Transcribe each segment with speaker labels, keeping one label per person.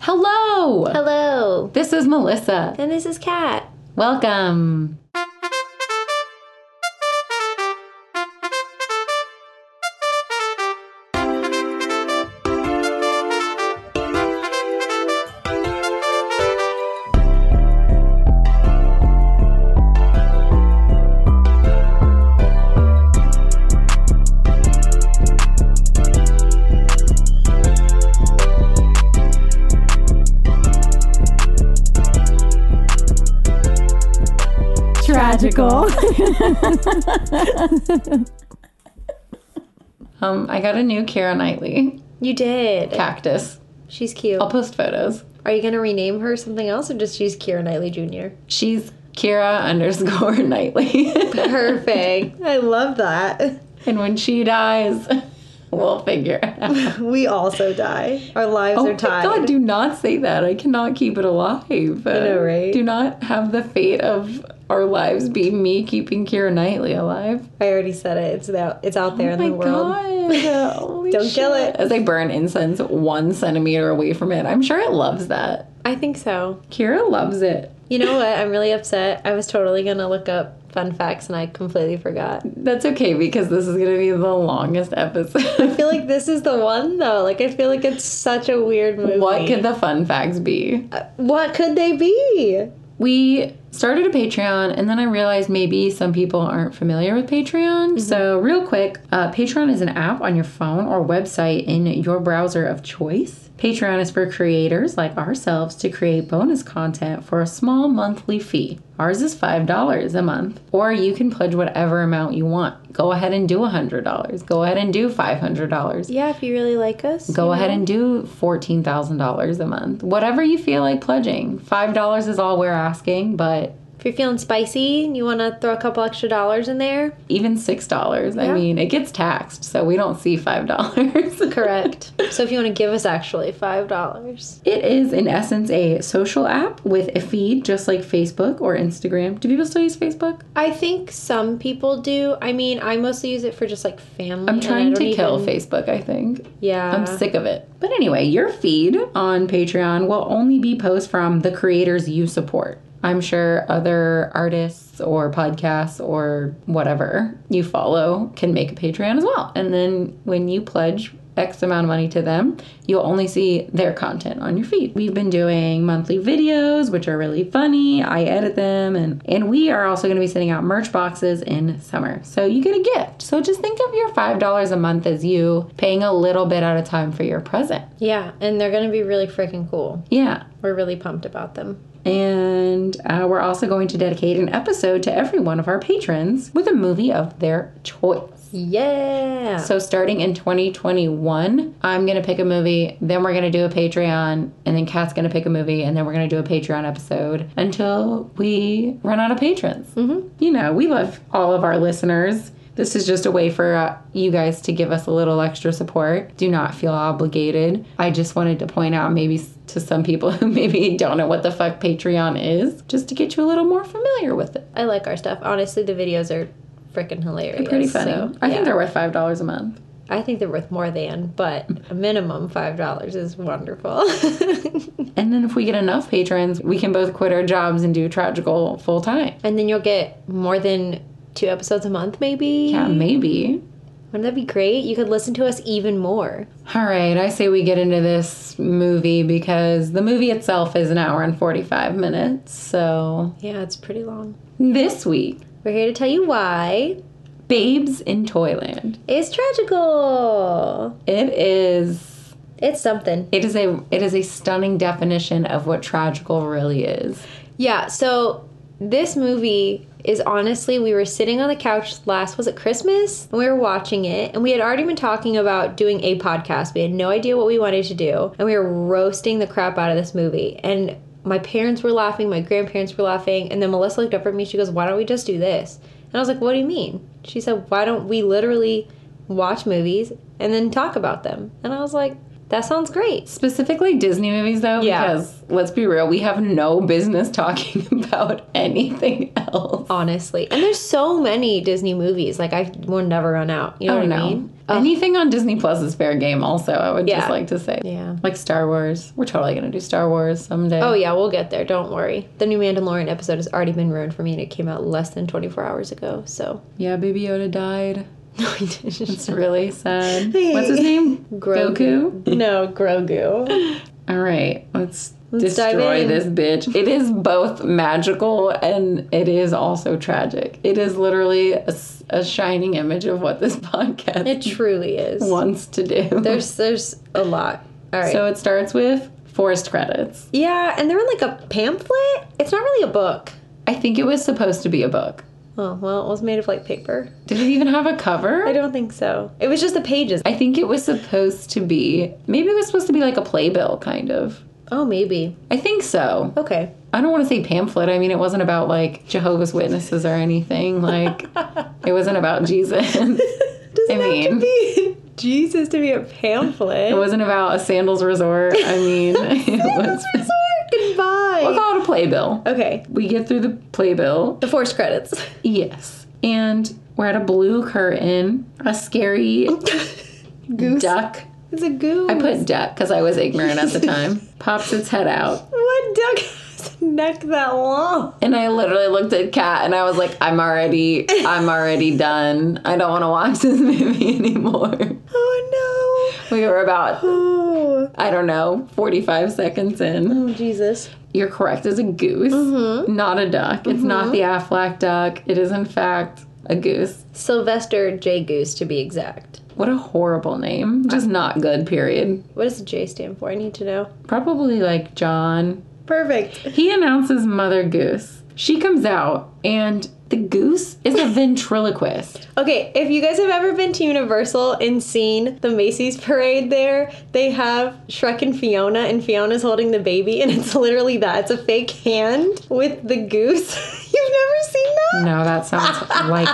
Speaker 1: Hello!
Speaker 2: Hello.
Speaker 1: This is Melissa.
Speaker 2: And this is Kat.
Speaker 1: Welcome.
Speaker 3: Tragical.
Speaker 1: Um, I got a new Kira Knightley
Speaker 2: You did.
Speaker 1: cactus.
Speaker 2: She's cute.
Speaker 1: I'll post photos.
Speaker 2: Are you going to rename her something else or just she's Kira Knightley Jr.?
Speaker 1: She's Kira underscore Knightley.
Speaker 2: Perfect. I love that.
Speaker 1: and when she dies, we'll figure it out.
Speaker 2: We also die. Our lives
Speaker 1: Oh
Speaker 2: are
Speaker 1: my
Speaker 2: tied.
Speaker 1: god, do not say that. I cannot keep it alive. I
Speaker 2: know, right?
Speaker 1: Do not have the fate of our lives be me keeping Kira Knightley alive.
Speaker 2: I already said it. It's out, it's out there in
Speaker 1: my
Speaker 2: the world.
Speaker 1: god. Holy
Speaker 2: Don't kill
Speaker 1: shit.
Speaker 2: it.
Speaker 1: As I burn incense one centimeter away from it, I'm sure it loves that.
Speaker 2: I think so.
Speaker 1: Kira loves it.
Speaker 2: You know what? I'm really upset. I was totally going to look up fun facts and I completely forgot.
Speaker 1: That's okay because this is going to be the longest
Speaker 2: I
Speaker 1: episode.
Speaker 2: feel like this is the one though. Like I feel like it's such a weird movie.
Speaker 1: what could the fun facts be?
Speaker 2: What could they be?
Speaker 1: We started a Patreon and then I realized maybe some people aren't familiar with Patreon. So, real quick, uh, Patreon is an app on your phone or website in your browser of choice. Patreon is for creators like ourselves to create bonus content for a small monthly fee. Ours is $5 a month, or you can pledge whatever amount you want. Go ahead and do $100. Go ahead and do $500.
Speaker 2: Yeah, if you really like us.
Speaker 1: Go ahead and do $14,000 a month. Whatever you feel like pledging. $5 is all we're asking, but
Speaker 2: If you're feeling spicy and you want to throw a couple extra dollars in there,
Speaker 1: even $6. I
Speaker 2: Yeah.
Speaker 1: mean, it gets taxed, so we don't see $5.
Speaker 2: correct. so if you want to give us actually five dollars,
Speaker 1: It is, in essence, a social app with a feed just like Facebook or Instagram. Do people still use Facebook?
Speaker 2: I think some people do. I mean, I mostly use it for just like family.
Speaker 1: I'm
Speaker 2: and I
Speaker 1: trying
Speaker 2: don't
Speaker 1: to kill
Speaker 2: even-
Speaker 1: Facebook, I think.
Speaker 2: Yeah,
Speaker 1: I'm sick of it. But anyway, your feed on Patreon will only be posts from the creators you support. I'm sure other artists or podcasts or whatever you follow can make a Patreon as well. And then when you pledge X amount of money to them, you'll only see their content on your feed. We've been doing monthly videos, which are really funny. I edit them and and we are also going to be sending out merch boxes in summer. So you get a gift. So just think of your $5 a month as you paying a little bit at a time for your present.
Speaker 2: yeah, and they're gonna be really freaking cool.
Speaker 1: Yeah.
Speaker 2: We're really pumped about them.
Speaker 1: And uh, we're also going to dedicate an episode to every one of our patrons with a movie of their choice.
Speaker 2: Yeah.
Speaker 1: So, starting in 2021, I'm going to pick a movie, then we're going to do a Patreon, and then Kat's going to pick a movie, and then we're going to do a Patreon episode until we run out of patrons. Mm-hmm. You know, we love all of our listeners. This is just a way for uh, you guys to give us a little extra support. Do not feel obligated. I just wanted to point out maybe s- to some people who maybe don't know what the fuck Patreon is, just to get you a little more familiar with it.
Speaker 2: I like our stuff. Honestly, the videos are freaking hilarious.
Speaker 1: Pretty funny.
Speaker 2: so,
Speaker 1: I
Speaker 2: yeah.
Speaker 1: think they're worth $5 a month.
Speaker 2: I think they're worth more than, but a minimum five dollars is wonderful.
Speaker 1: And then if we get enough patrons, we can both quit our jobs and do tragical full time.
Speaker 2: and then you'll get more than two episodes a month, maybe.
Speaker 1: Yeah, maybe.
Speaker 2: Wouldn't that be great? You could listen to us even more.
Speaker 1: All right, I say we get into this movie because the movie itself is an hour and 45 minutes. So
Speaker 2: Yeah, it's pretty long.
Speaker 1: this week,
Speaker 2: We're here to tell you why
Speaker 1: Babes in Toyland.
Speaker 2: it's tragical.
Speaker 1: It is
Speaker 2: It's something.
Speaker 1: it is a it is a stunning definition of what tragical really is.
Speaker 2: Yeah, so this movie is honestly, we were sitting on the couch last, was it Christmas? And we were watching it, and we had already been talking about doing a podcast. We had no idea what we wanted to do, and we were roasting the crap out of this movie. And my parents were laughing, my grandparents were laughing, and then Melissa looked up at me, she goes, Why don't we just do this? And I was like, What do you mean? She said, Why don't we literally watch movies and then talk about them? And I was like, That sounds great.
Speaker 1: Specifically Disney movies, though,
Speaker 2: Yeah.
Speaker 1: because let's be real, we have no business talking about anything else.
Speaker 2: Honestly. And there's so many Disney movies. Like I will never run out. You know
Speaker 1: Oh,
Speaker 2: what I
Speaker 1: no.
Speaker 2: mean?
Speaker 1: Anything on Disney Plus is fair game, also, I would
Speaker 2: Yeah.
Speaker 1: just like to say.
Speaker 2: Yeah.
Speaker 1: Like Star Wars. We're totally going to do Star Wars someday.
Speaker 2: Oh yeah, we'll get there. Don't worry. The new Mandalorian episode has already been ruined for me, and it came out less than 24 hours ago. So
Speaker 1: yeah, Baby Yoda died.
Speaker 2: no, I didn't.
Speaker 1: It's really sad. What's his name?
Speaker 2: Grogu.
Speaker 1: Goku?
Speaker 2: No, Grogu.
Speaker 1: All right, let's,
Speaker 2: Let's dive
Speaker 1: destroy
Speaker 2: in.
Speaker 1: this bitch. It is both magical and it is also tragic. It is literally a, s- a shining image of what this podcast
Speaker 2: It truly is.
Speaker 1: wants to do.
Speaker 2: There's there's a lot. All right.
Speaker 1: so it starts with forced credits.
Speaker 2: yeah, and they're in like a pamphlet. It's not really a book.
Speaker 1: I think it was supposed to be a book.
Speaker 2: Oh well, it was made of like paper.
Speaker 1: Did it even have a
Speaker 2: I
Speaker 1: cover?
Speaker 2: don't think so. It was just the pages.
Speaker 1: I think it was supposed to be. Maybe it was supposed to be like a playbill, kind of.
Speaker 2: Oh, maybe.
Speaker 1: I think so.
Speaker 2: Okay.
Speaker 1: I don't want to say pamphlet. I mean, it wasn't about like Jehovah's Witnesses or anything. Like, it wasn't about Jesus.
Speaker 2: Doesn't
Speaker 1: I
Speaker 2: have to
Speaker 1: mean-
Speaker 2: be Jesus to be a pamphlet.
Speaker 1: It wasn't about a sandals resort. I mean, it was. We'll
Speaker 2: Goodbye.
Speaker 1: call it a playbill.
Speaker 2: Okay.
Speaker 1: We get through the playbill.
Speaker 2: The forced credits.
Speaker 1: Yes. And we're at a blue curtain, a scary
Speaker 2: goose.
Speaker 1: duck.
Speaker 2: It's a goose.
Speaker 1: I put duck because I was ignorant at the time. Pops its head out.
Speaker 2: what duck has a neck that long?
Speaker 1: And I literally looked at Kat and I was like, I'm already, I'm already done. I don't want to watch this movie anymore.
Speaker 2: Oh no.
Speaker 1: We were about,
Speaker 2: Oh.
Speaker 1: I don't know, 45 seconds in.
Speaker 2: Oh Jesus.
Speaker 1: You're correct. It's a goose, not a duck. It's not the Aflac duck. It is, in fact, a goose.
Speaker 2: Sylvester J Goose to be exact.
Speaker 1: What a horrible name. Just not good, period.
Speaker 2: What does the J stand for? I need to know.
Speaker 1: Probably like John.
Speaker 2: Perfect.
Speaker 1: He announces Mother Goose. She comes out, and the goose is a ventriloquist.
Speaker 2: Okay, if you guys have ever been to Universal and seen the Macy's parade there, they have Shrek and Fiona, and Fiona's holding the baby, and it's literally that. It's a fake hand with the goose. You've never seen that?
Speaker 1: No, that sounds like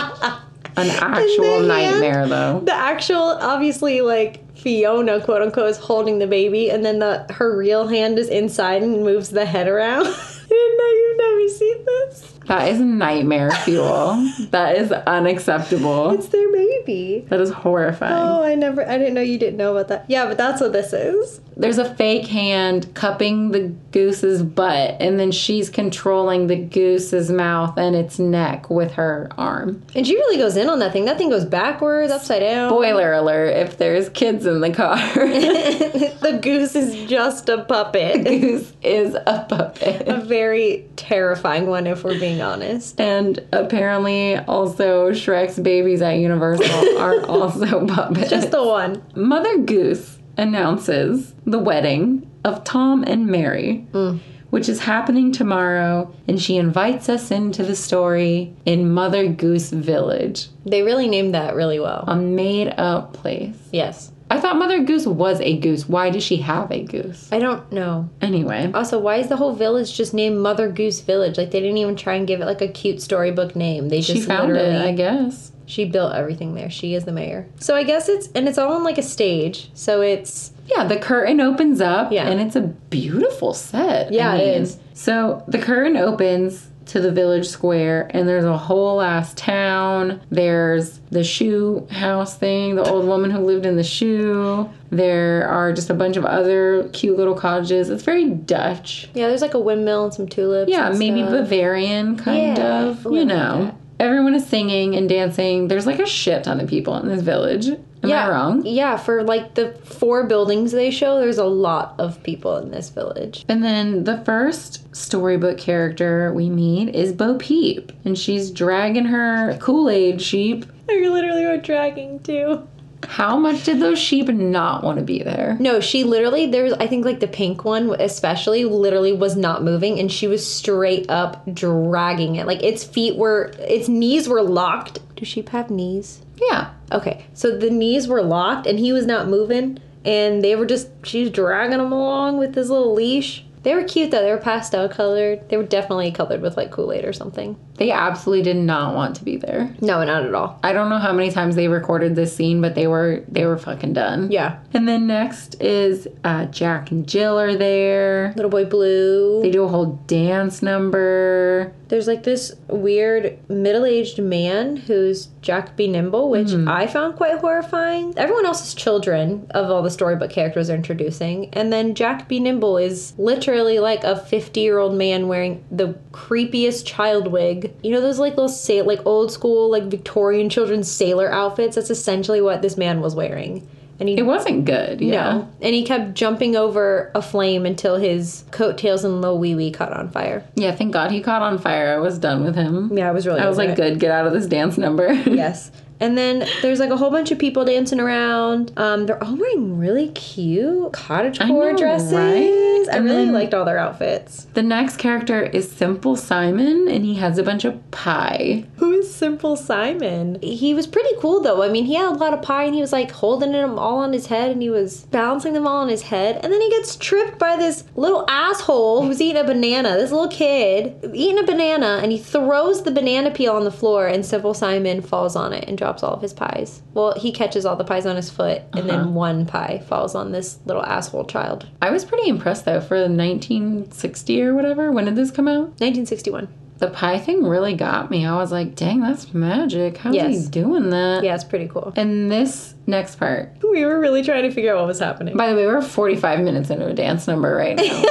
Speaker 1: an actual
Speaker 2: hand?
Speaker 1: nightmare, though.
Speaker 2: The actual, obviously, like Fiona, quote unquote, is holding the baby, and then the her real hand is inside and moves the head around. I didn't know you've never seen this.
Speaker 1: That is nightmare fuel. that is unacceptable.
Speaker 2: It's their baby.
Speaker 1: That is horrifying.
Speaker 2: Oh, I never, I didn't know you didn't know about that. Yeah, but that's what this is.
Speaker 1: there's a fake hand cupping the goose's butt and then she's controlling the goose's mouth and its neck with her arm
Speaker 2: And she really goes in on that thing. That thing goes backwards, upside down.
Speaker 1: spoiler alert if there's kids in the car
Speaker 2: the goose is just a puppet.
Speaker 1: goose is a puppet
Speaker 2: a very terrifying one, if we're being honest.
Speaker 1: and apparently also shrek's babies at universal are also puppets
Speaker 2: Just the one.
Speaker 1: mother goose announces the wedding of tom and mary
Speaker 2: Mm.
Speaker 1: Which is happening tomorrow, and she invites us into the story in Mother Goose Village.
Speaker 2: They really named that really well.
Speaker 1: a made up place.
Speaker 2: Yes.
Speaker 1: I thought Mother Goose was a goose. Why does she have a goose?
Speaker 2: I don't know.
Speaker 1: Anyway,
Speaker 2: Also, why is the whole village just named Mother Goose Village? Like they didn't even try and give it like a cute storybook name. They just
Speaker 1: she found it,
Speaker 2: literally
Speaker 1: I guess.
Speaker 2: she built everything there. She is the mayor. So I guess it's and it's all on like a stage. So it's
Speaker 1: Yeah, the curtain opens up
Speaker 2: Yeah.
Speaker 1: and it's a beautiful set.
Speaker 2: Yeah,
Speaker 1: I
Speaker 2: it
Speaker 1: mean,
Speaker 2: is.
Speaker 1: So the curtain opens to the village square and there's a whole ass town. There's the shoe house thing, the old woman who lived in the shoe. There are just a bunch of other cute little cottages. It's very Dutch.
Speaker 2: yeah, there's like a windmill and some tulips.
Speaker 1: Yeah,
Speaker 2: and
Speaker 1: maybe
Speaker 2: stuff.
Speaker 1: Bavarian kind
Speaker 2: Yeah,
Speaker 1: of.
Speaker 2: I like
Speaker 1: You know,
Speaker 2: that.
Speaker 1: everyone is singing and dancing. There's like a shit ton of people in this village. Am
Speaker 2: yeah,
Speaker 1: I wrong?
Speaker 2: Yeah, for like the four buildings they show, there's a lot of people in this village.
Speaker 1: And then the first storybook character we meet is Bo Peep, and she's dragging her Kool Aid sheep.
Speaker 2: I literally were dragging too.
Speaker 1: How much did those sheep not want to be there?
Speaker 2: No, she literally there's I think like the pink one especially literally was not moving and she was straight up dragging it. Like its feet were its knees were locked. Do sheep have knees?
Speaker 1: Yeah.
Speaker 2: Okay. So the knees were locked and he was not moving and they were just she was dragging him along with his little leash. They were cute though. They were pastel colored. They were definitely colored with like Kool Aid or something.
Speaker 1: They absolutely did not want to be there.
Speaker 2: No, not at all.
Speaker 1: I don't know how many times they recorded this scene, but they were they were fucking done.
Speaker 2: Yeah.
Speaker 1: And then next is uh, Jack and Jill are there.
Speaker 2: Little Boy Blue.
Speaker 1: They do a whole dance number.
Speaker 2: There's like this weird middle aged man who's Jack B. Nimble, which I found quite horrifying. Everyone else's children of all the storybook characters are introducing. And then Jack B. Nimble is literally like a 50 year old man wearing the creepiest child wig. You know, those like little, sa- like old school, like Victorian children's sailor outfits? That's essentially what this man was wearing. And he
Speaker 1: It wasn't good. Yeah.
Speaker 2: No. And he kept jumping over a flame until his coattails and little wee wee caught on fire.
Speaker 1: Yeah, thank God he caught on fire. I was done with him.
Speaker 2: Yeah, I was really.
Speaker 1: I was
Speaker 2: over
Speaker 1: like,
Speaker 2: it.
Speaker 1: good, get out of this dance number.
Speaker 2: Yes. And then there's like a whole bunch of people dancing around. Um, they're all wearing really cute cottagecore
Speaker 1: know,
Speaker 2: dresses.
Speaker 1: right?
Speaker 2: I
Speaker 1: And
Speaker 2: really
Speaker 1: then-
Speaker 2: liked all their outfits.
Speaker 1: the next character is Simple Simon, and he has a bunch of pie.
Speaker 2: Who is Simple Simon? He was pretty cool though. I mean, he had a lot of pie and he was like holding them all on his head and he was balancing them all on his head. And then he gets tripped by this little asshole who's eating a banana. This little kid eating a banana and he throws the banana peel on the floor and Simple Simon falls on it and drops all of his pies. Well, he catches all the pies on his foot and then one pie falls on this little asshole child.
Speaker 1: I was pretty impressed though for 1960 or whatever. When did this come out?
Speaker 2: 1961.
Speaker 1: The pie thing really got me. I was like, dang, that's magic. How's
Speaker 2: Yes.
Speaker 1: he doing that?
Speaker 2: Yeah, it's pretty cool.
Speaker 1: And this next part.
Speaker 2: We were really trying to figure out what was happening.
Speaker 1: By the way, we're 45 minutes into a dance number right now.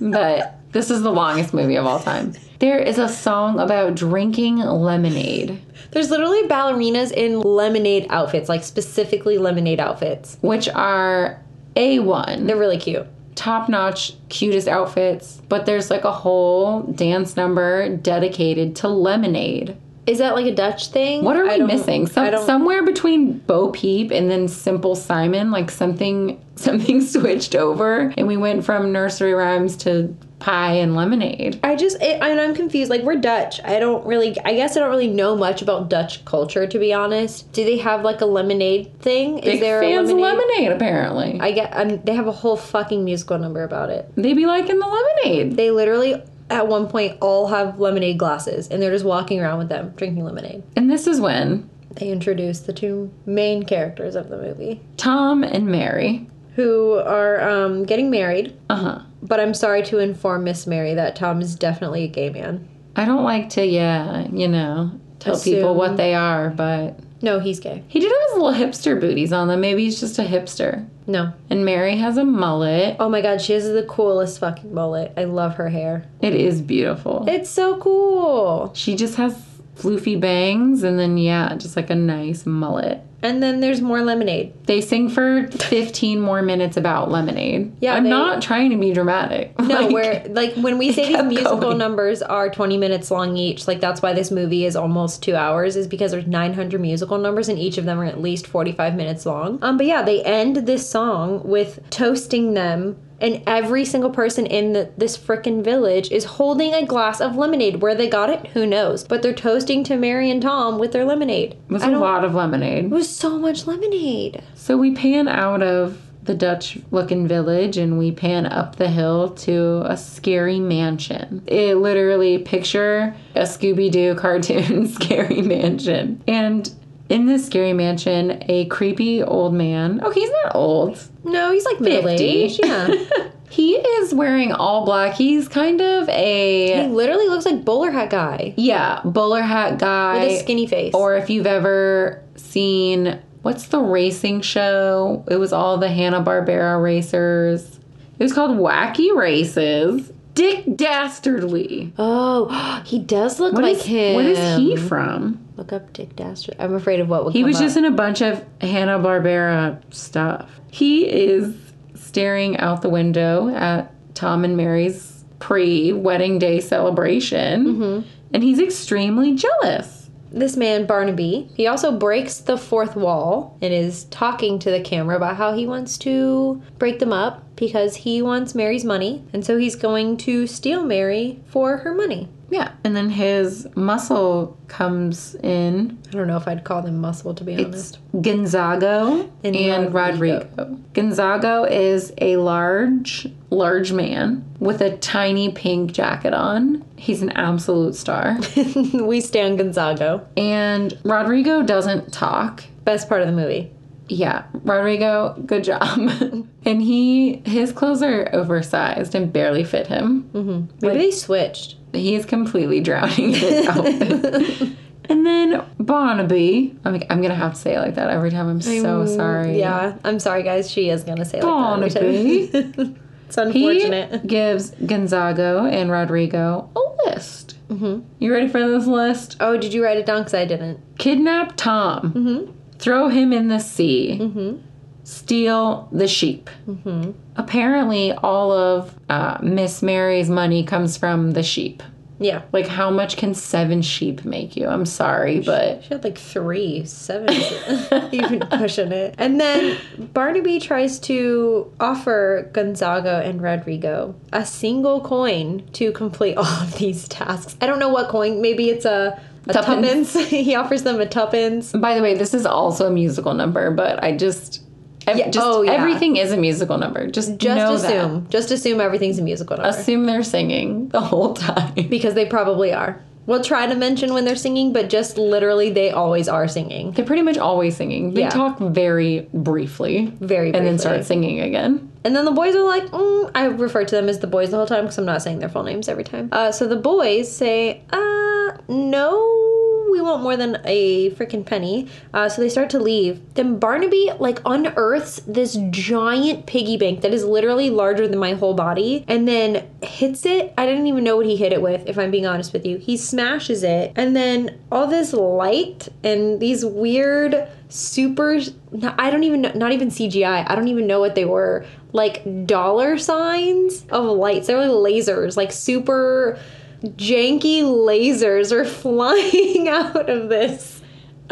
Speaker 1: but this is the longest movie of all time. There is a song about drinking lemonade,
Speaker 2: There's literally ballerinas in lemonade outfits, like specifically lemonade outfits.
Speaker 1: which are A1.
Speaker 2: They're really cute.
Speaker 1: top notch, cutest outfits, but there's like a whole dance number dedicated to lemonade.
Speaker 2: Is that like a Dutch thing?
Speaker 1: What are
Speaker 2: I
Speaker 1: we
Speaker 2: don't-
Speaker 1: missing?
Speaker 2: I
Speaker 1: Some,
Speaker 2: don't,
Speaker 1: somewhere between Bo Peep and then Simple Simon, like something something switched over, and we went from nursery rhymes to pie and lemonade.
Speaker 2: I just, it, and I'm confused. Like, we're Dutch. I don't really, I guess I don't really know much about Dutch culture, to be honest. Do they have like a lemonade thing? Is
Speaker 1: Big
Speaker 2: there
Speaker 1: fans
Speaker 2: a
Speaker 1: of
Speaker 2: lemonade?
Speaker 1: lemonade, apparently.
Speaker 2: I get, um, they have a whole fucking musical number about it.
Speaker 1: they be liking the lemonade.
Speaker 2: They literally, at one point, all have lemonade glasses and they're just walking around with them drinking lemonade.
Speaker 1: And this is when
Speaker 2: They introduce the two main characters of the movie
Speaker 1: Tom and Mary.
Speaker 2: who are um, getting married.
Speaker 1: Uh huh.
Speaker 2: But I'm sorry to inform Miss Mary that Tom is definitely a gay man.
Speaker 1: I don't like to, yeah, you know, tell people
Speaker 2: Assume.
Speaker 1: what they are, but
Speaker 2: No, he's gay.
Speaker 1: He did have his little hipster booties on them. Maybe he's just a hipster.
Speaker 2: No.
Speaker 1: And Mary has a mullet.
Speaker 2: Oh my god, she has the coolest fucking mullet. I love her hair.
Speaker 1: It is beautiful.
Speaker 2: It's so cool.
Speaker 1: She just has floofy bangs and then, yeah, just like a nice mullet.
Speaker 2: And then there's more lemonade.
Speaker 1: They sing for 15 more minutes about lemonade.
Speaker 2: Yeah,
Speaker 1: I'm
Speaker 2: they-
Speaker 1: not trying to be dramatic.
Speaker 2: No,
Speaker 1: Like,
Speaker 2: where like when we say these
Speaker 1: kept
Speaker 2: musical
Speaker 1: going.
Speaker 2: numbers are 20 minutes long each, like that's why this movie is almost 2 hours is because there's 900 musical numbers and each of them are at least 45 minutes long. Um but yeah, they end this song with toasting them and every single person in the, this frickin' village is holding a glass of lemonade. Where they got it, who knows? But they're toasting to Mary and Tom with their lemonade.
Speaker 1: It was
Speaker 2: I
Speaker 1: a
Speaker 2: don't-
Speaker 1: lot of lemonade.
Speaker 2: It was so much lemonade.
Speaker 1: So we pan out of the Dutch looking village and we pan up the hill to a scary mansion. It literally picture a Scooby Doo cartoon scary mansion. And in this scary mansion, a creepy old man. Oh, he's not old.
Speaker 2: No, he's like middle
Speaker 1: 50.
Speaker 2: aged. Yeah.
Speaker 1: He is wearing all black. He's kind of
Speaker 2: he
Speaker 1: a
Speaker 2: literally looks like bowler hat guy.
Speaker 1: yeah, bowler hat guy.
Speaker 2: With a skinny face.
Speaker 1: or if you've ever seen what's the racing show? It was all the Hanna Barbera racers. It was called Wacky Races. Dick Dastardly.
Speaker 2: Oh, he does look
Speaker 1: What
Speaker 2: like
Speaker 1: is-
Speaker 2: him.
Speaker 1: What is he from?
Speaker 2: Look up Dick Dastard. I'm afraid of what would
Speaker 1: He
Speaker 2: come
Speaker 1: was
Speaker 2: up.
Speaker 1: just in a bunch of Hanna Barbera stuff. He is staring out the window at Tom and Mary's pre-wedding day celebration,
Speaker 2: Mm-hmm.
Speaker 1: and he's extremely jealous.
Speaker 2: this man Barnaby. He also breaks the fourth wall and is talking to the camera about how he wants to break them up because he wants Mary's money, and so he's going to steal Mary for her money.
Speaker 1: Yeah, and then his muscle comes in
Speaker 2: I don't know if I'd call them muscle to be honest.
Speaker 1: Gonzago
Speaker 2: And
Speaker 1: and, Rodrigo.
Speaker 2: Rodrigo.
Speaker 1: Gonzago is a large large man with a tiny pink jacket on. He's an absolute star.
Speaker 2: we stand Gonzago.
Speaker 1: and Rodrigo doesn't talk.
Speaker 2: Best part of the movie.
Speaker 1: Yeah, Rodrigo, good job. and he his clothes are oversized and barely fit him.
Speaker 2: Maybe they switched.
Speaker 1: He is completely drowning in his outfit. And then Barnaby, I'm like, I'm gonna have to say it like that every time. I'm so sorry.
Speaker 2: Yeah, I'm sorry, guys. She is gonna say it like that. every
Speaker 1: Barnaby.
Speaker 2: time. it's
Speaker 1: He
Speaker 2: unfortunate.
Speaker 1: gives Gonzago and Rodrigo a list. Mm-hmm. You ready for this list?
Speaker 2: oh, did you write it down? Because I didn't.
Speaker 1: Kidnap Tom.
Speaker 2: Mm-hmm.
Speaker 1: Throw him in the sea. Steal the sheep.
Speaker 2: Mm-hmm.
Speaker 1: Apparently, all of uh, Miss Mary's money comes from the sheep.
Speaker 2: Yeah.
Speaker 1: Like, how much can seven sheep make you? I'm sorry, but
Speaker 2: She had like three, seven, even pushing it. And then Barnaby tries to offer Gonzago and Rodrigo a single coin to complete all of these tasks. I don't know what coin. Maybe it's a, a
Speaker 1: Tuppence.
Speaker 2: tuppence. he offers them a tuppence.
Speaker 1: by the way, this is also a musical number. But I just, ev-
Speaker 2: Yeah,
Speaker 1: just
Speaker 2: oh, yeah.
Speaker 1: everything is a musical number. Just
Speaker 2: Just
Speaker 1: know that.
Speaker 2: assume. Just assume everything's a musical number.
Speaker 1: Assume they're singing the whole time.
Speaker 2: because they probably are. We'll try to mention when they're singing, but just literally they always are singing.
Speaker 1: They're pretty much always singing. They
Speaker 2: Yeah.
Speaker 1: talk very briefly.
Speaker 2: Very
Speaker 1: And then
Speaker 2: briefly.
Speaker 1: start singing again.
Speaker 2: And then the boys are like, mm, I refer to them as the boys the whole time because I'm not saying their full names every time. Uh, so the boys say, uh, no, we want more than a freaking penny. Uh, so they start to leave. Then Barnaby, like, unearths this giant piggy bank that is literally larger than my whole body and then hits it. I didn't even know what he hit it with, if I'm being honest with you. He smashes it. And then all this light and these weird super no, i don't even know not even cgi i don't even know what they were like dollar signs of lights they were like lasers like super janky lasers are flying out of this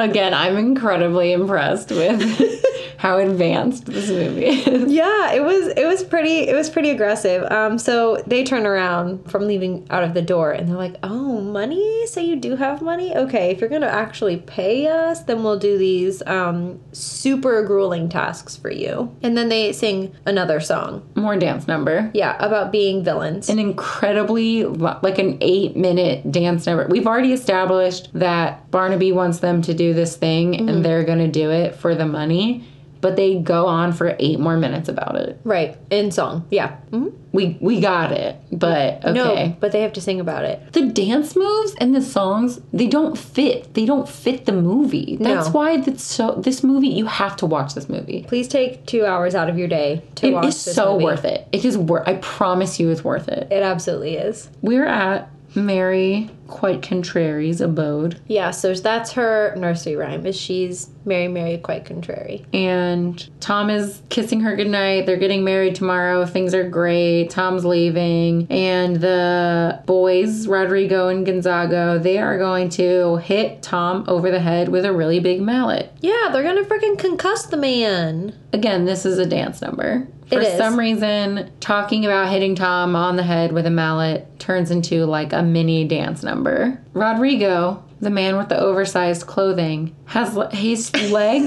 Speaker 1: Again, I'm incredibly impressed with how advanced this movie is.
Speaker 2: yeah it was it was pretty it was pretty aggressive um so they turn around from leaving out of the door and they're like oh money so you do have money okay if you're gonna actually pay us then we'll do these um super grueling tasks for you and then they sing another song
Speaker 1: More dance number.
Speaker 2: Yeah, about being villains.
Speaker 1: An incredibly, lo- like an eight minute dance number. We've already established that Barnaby wants them to do this thing
Speaker 2: Mm-hmm.
Speaker 1: and they're going to do it for the money, but they go on for eight more minutes about it.
Speaker 2: right, in song. Yeah. Mhm.
Speaker 1: We, we got it, but Mm-hmm. okay.
Speaker 2: No, but they have to sing about it.
Speaker 1: the dance moves and the songs they don't fit they don't fit the movie that's why that's so this movie you have to watch this movie
Speaker 2: Please take two hours out of your day to
Speaker 1: it
Speaker 2: watch
Speaker 1: is
Speaker 2: this
Speaker 1: so
Speaker 2: movie.
Speaker 1: worth it it is worth i promise you it's worth it
Speaker 2: It absolutely is.
Speaker 1: we're at mary quite contrary's abode
Speaker 2: Yeah, so that's her nursery rhyme is she's Mary Mary quite contrary.
Speaker 1: and tom is kissing her goodnight they're getting married tomorrow things are great tom's leaving and the boys rodrigo and gonzago they are going to hit tom over the head with a really big mallet
Speaker 2: Yeah, they're gonna freaking concuss the man.
Speaker 1: again, this is a dance number. For
Speaker 2: It is.
Speaker 1: some reason, talking about hitting Tom on the head with a mallet turns into like a mini dance number. Rodrigo, the man with the oversized clothing, has le- his leg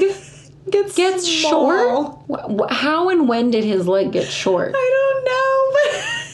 Speaker 2: Gets,
Speaker 1: gets short. Wh- wh- How and when did his leg get short?
Speaker 2: I don't know, but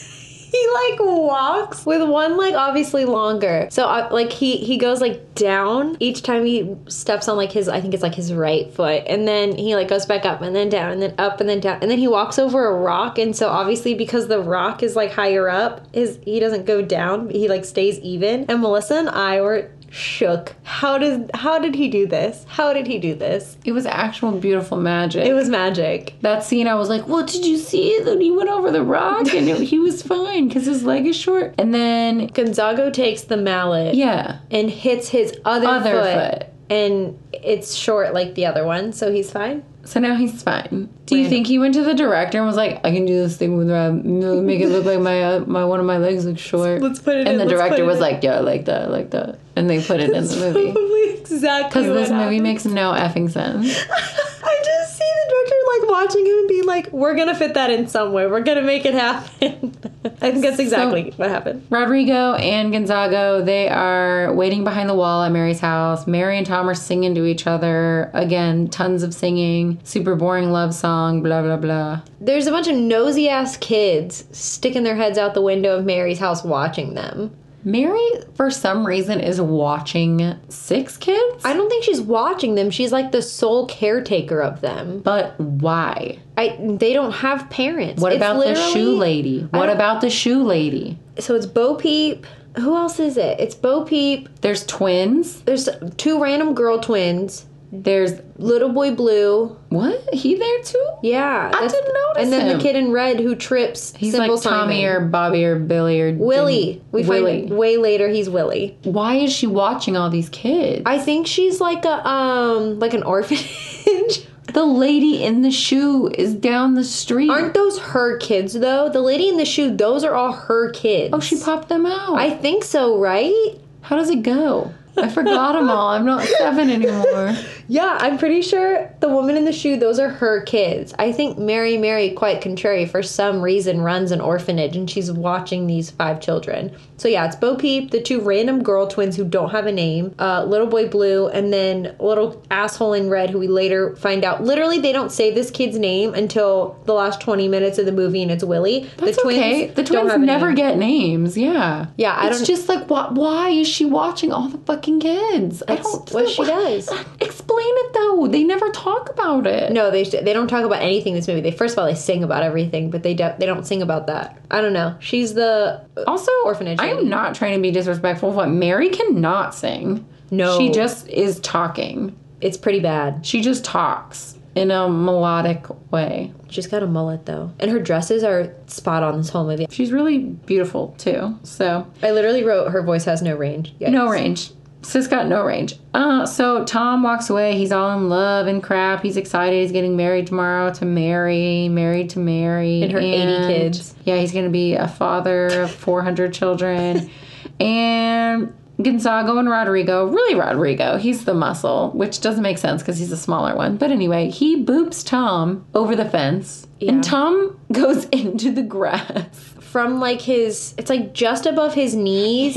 Speaker 2: he like walks with one leg obviously longer. So uh, like he he goes like down each time he steps on like his I think it's like his right foot, and then he like goes back up and then down and then up and then down and then he walks over a rock, and so obviously because the rock is like higher up, his he doesn't go down, but he like stays even. And Melissa and I were shook. How did how did he do this? How did he do this?
Speaker 1: It was actual beautiful magic.
Speaker 2: It was magic.
Speaker 1: that scene, I was like, "Well, did you see that he went over the rock and it, he was fine because his leg is short?" And then,
Speaker 2: Gonzago takes the mallet.
Speaker 1: yeah,
Speaker 2: and hits his other,
Speaker 1: Other
Speaker 2: foot,
Speaker 1: foot.
Speaker 2: and it's short like the other one so he's fine
Speaker 1: So now he's fine. Do you
Speaker 2: Right.
Speaker 1: think he went to the director and was like, "I can do this thing with my make it look like my uh, my one of my legs looks short"?
Speaker 2: Let's put it
Speaker 1: And
Speaker 2: in,
Speaker 1: the
Speaker 2: let's put
Speaker 1: director
Speaker 2: it
Speaker 1: was
Speaker 2: in.
Speaker 1: like, "Yeah, I like that, I like that," and they put it in the movie
Speaker 2: probably exactly
Speaker 1: because this
Speaker 2: what
Speaker 1: movie
Speaker 2: happened.
Speaker 1: makes no effing sense.
Speaker 2: i just see the director like watching him and being like, we're going to fit that in some way. We're going to make it happen. I think that's exactly what happened.
Speaker 1: Rodrigo and Gonzago, they are waiting behind the wall at Mary's house. Mary and Tom are singing to each other. Again, tons of singing, super boring love song, blah, blah, blah.
Speaker 2: There's a bunch of nosy ass kids sticking their heads out the window of Mary's house watching them.
Speaker 1: Mary, for some reason, is watching six kids?
Speaker 2: I don't think she's watching them. She's like the sole caretaker of them.
Speaker 1: but why?
Speaker 2: I they don't have parents.
Speaker 1: What
Speaker 2: It's
Speaker 1: about the shoe
Speaker 2: literally-
Speaker 1: lady? What
Speaker 2: don't-
Speaker 1: about the shoe lady?
Speaker 2: So it's Bo Peep. Who else is it? It's Bo Peep.
Speaker 1: There's twins.
Speaker 2: There's two random girl twins.
Speaker 1: There's
Speaker 2: Little Boy Blue.
Speaker 1: what? He there too?
Speaker 2: Yeah.
Speaker 1: I
Speaker 2: that's-
Speaker 1: didn't notice.
Speaker 2: And then
Speaker 1: him.
Speaker 2: the kid in red who trips.
Speaker 1: He's
Speaker 2: Simple
Speaker 1: like Tommy
Speaker 2: Simon.
Speaker 1: or Bobby or Billy or
Speaker 2: Willie. We find
Speaker 1: Willie.
Speaker 2: way later he's Willie.
Speaker 1: Why is she watching all these kids?
Speaker 2: I think she's like a um like an orphanage.
Speaker 1: the lady in the shoe is down the street.
Speaker 2: Aren't those her kids though? The lady in the shoe, those are all her kids.
Speaker 1: oh, she popped them out.
Speaker 2: I think so, right?
Speaker 1: How does it go? I forgot them all. I'm not seven anymore.
Speaker 2: Yeah, I'm pretty sure the woman in the shoe, those are her kids. I think Mary Mary, quite contrary, for some reason runs an orphanage and she's watching these five children. So yeah, it's Bo Peep, the two random girl twins who don't have a name, uh, Little Boy Blue, and then Little Asshole in Red, who we later find out. Literally, they don't say this kid's name until the last 20 minutes of the movie, and it's Willie.
Speaker 1: That's okay. The
Speaker 2: don't
Speaker 1: twins
Speaker 2: have a
Speaker 1: never
Speaker 2: name.
Speaker 1: get names. Yeah.
Speaker 2: Yeah, I
Speaker 1: It's
Speaker 2: don't-
Speaker 1: just like why, why is she watching all the fucking kids? I don't.
Speaker 2: what she does.
Speaker 1: Explain it though. They never talk about it.
Speaker 2: No, they they don't talk about anything in this movie. They first of all they sing about everything, but they do, they don't sing about that. I don't know. She's the
Speaker 1: Also,
Speaker 2: Orphanage
Speaker 1: I am
Speaker 2: lady.
Speaker 1: not trying to be disrespectful, but Mary cannot sing.
Speaker 2: No.
Speaker 1: She just is talking.
Speaker 2: it's pretty bad.
Speaker 1: She just talks in a melodic way.
Speaker 2: She's got a mullet though, and her dresses are spot on this whole movie.
Speaker 1: She's really beautiful too. So,
Speaker 2: I literally wrote her voice has no range. Yikes.
Speaker 1: no range. Sis got no range. Uh, so Tom walks away. He's all in love and crap. He's excited. He's getting married tomorrow to Mary. Married to Mary.
Speaker 2: And her 80 kids.
Speaker 1: Yeah, he's going to be a father of 400 children. and Gonzago and Rodrigo, really Rodrigo, he's the muscle, which doesn't make sense because he's a smaller one. But anyway, he boops Tom over the fence. And Tom goes into the grass.
Speaker 2: From like his, it's like just above his knees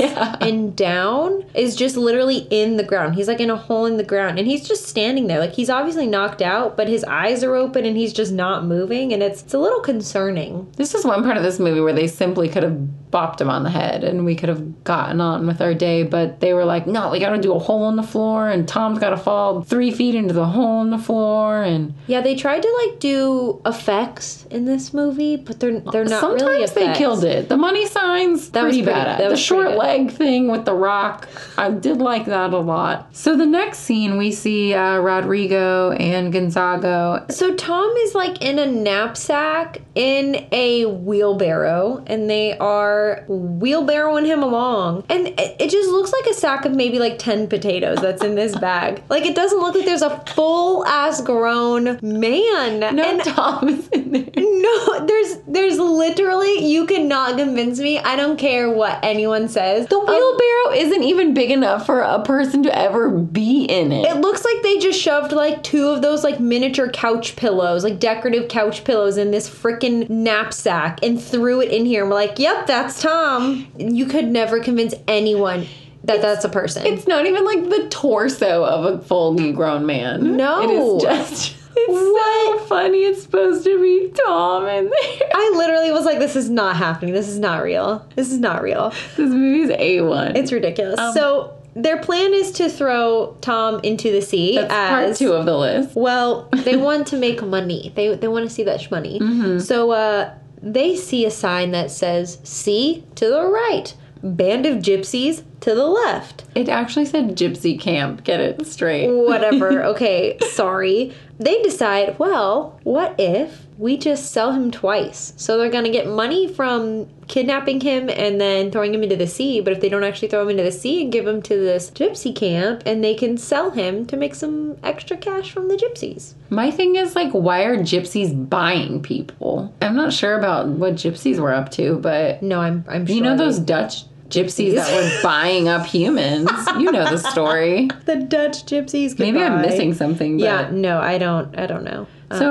Speaker 1: Yeah.
Speaker 2: and down is just literally in the ground. He's like in a hole in the ground, and he's just standing there. Like he's obviously knocked out, but his eyes are open and he's just not moving, and it's it's a little concerning.
Speaker 1: This is one part of this movie where they simply could have bopped him on the head and we could have gotten on with our day, but they were like, no, we got to do a hole in the floor, and Tom's got to fall three feet into the hole in the floor. And
Speaker 2: Yeah, they tried to like do effects in this movie, but they're they're not
Speaker 1: Sometimes
Speaker 2: really
Speaker 1: they
Speaker 2: effects.
Speaker 1: killed it. The money signs that
Speaker 2: was
Speaker 1: pretty,
Speaker 2: pretty-
Speaker 1: bad.
Speaker 2: that
Speaker 1: The
Speaker 2: was
Speaker 1: short
Speaker 2: pretty good.
Speaker 1: leg thing with the rock, I did like that a lot. So the next scene we see uh, Rodrigo and Gonzago.
Speaker 2: So Tom is like in a knapsack in a wheelbarrow, and they are wheelbarrowing him along, and it, it just looks like a sack of maybe like ten potatoes that's in this bag. Like it doesn't look like there's a full ass grown man.
Speaker 1: No,
Speaker 2: and
Speaker 1: Tom is in there.
Speaker 2: No, there's there's literally you cannot convince me. I don't care what anyone says.
Speaker 1: The wheelbarrow isn't even big enough for a person to ever be in it.
Speaker 2: It looks like they just shoved like two of those like miniature couch pillows, like decorative couch pillows, in this freaking knapsack and threw it in here. And we're like, yep, that's Tom. You could never convince anyone that that's a person.
Speaker 1: It's not even like the torso of a fully grown man.
Speaker 2: No.
Speaker 1: It is just. It's so funny. It's supposed to be Tom in there.
Speaker 2: I literally was like, this is not happening. This is not real. This is not real.
Speaker 1: This movie's A1.
Speaker 2: It's ridiculous.
Speaker 1: Um,
Speaker 2: so their plan is to throw Tom into the sea
Speaker 1: part
Speaker 2: as
Speaker 1: two of the list.
Speaker 2: Well, they want to make money. They they want to see that shmoney.
Speaker 1: Mm-hmm.
Speaker 2: So uh, they see a sign that says "See to the right, band of gypsies to the left."
Speaker 1: It actually said gypsy camp. Get it straight.
Speaker 2: Whatever. okay, sorry. They decide. Well, what if we just sell him twice? So they're gonna get money from kidnapping him and then throwing him into the sea. But if they don't actually throw him into the sea and give him to this gypsy camp, and they can sell him to make some extra cash from the gypsies.
Speaker 1: My thing is like, why are gypsies buying people? I'm not sure about what gypsies were up to, but
Speaker 2: No, I'm I'm sure
Speaker 1: you know
Speaker 2: they-
Speaker 1: those Dutch gypsies that were buying up humans. You know the story.
Speaker 2: the Dutch gypsies.
Speaker 1: Maybe I'm
Speaker 2: goodbye.
Speaker 1: missing something. But
Speaker 2: Yeah, no, I don't. I don't know.
Speaker 1: So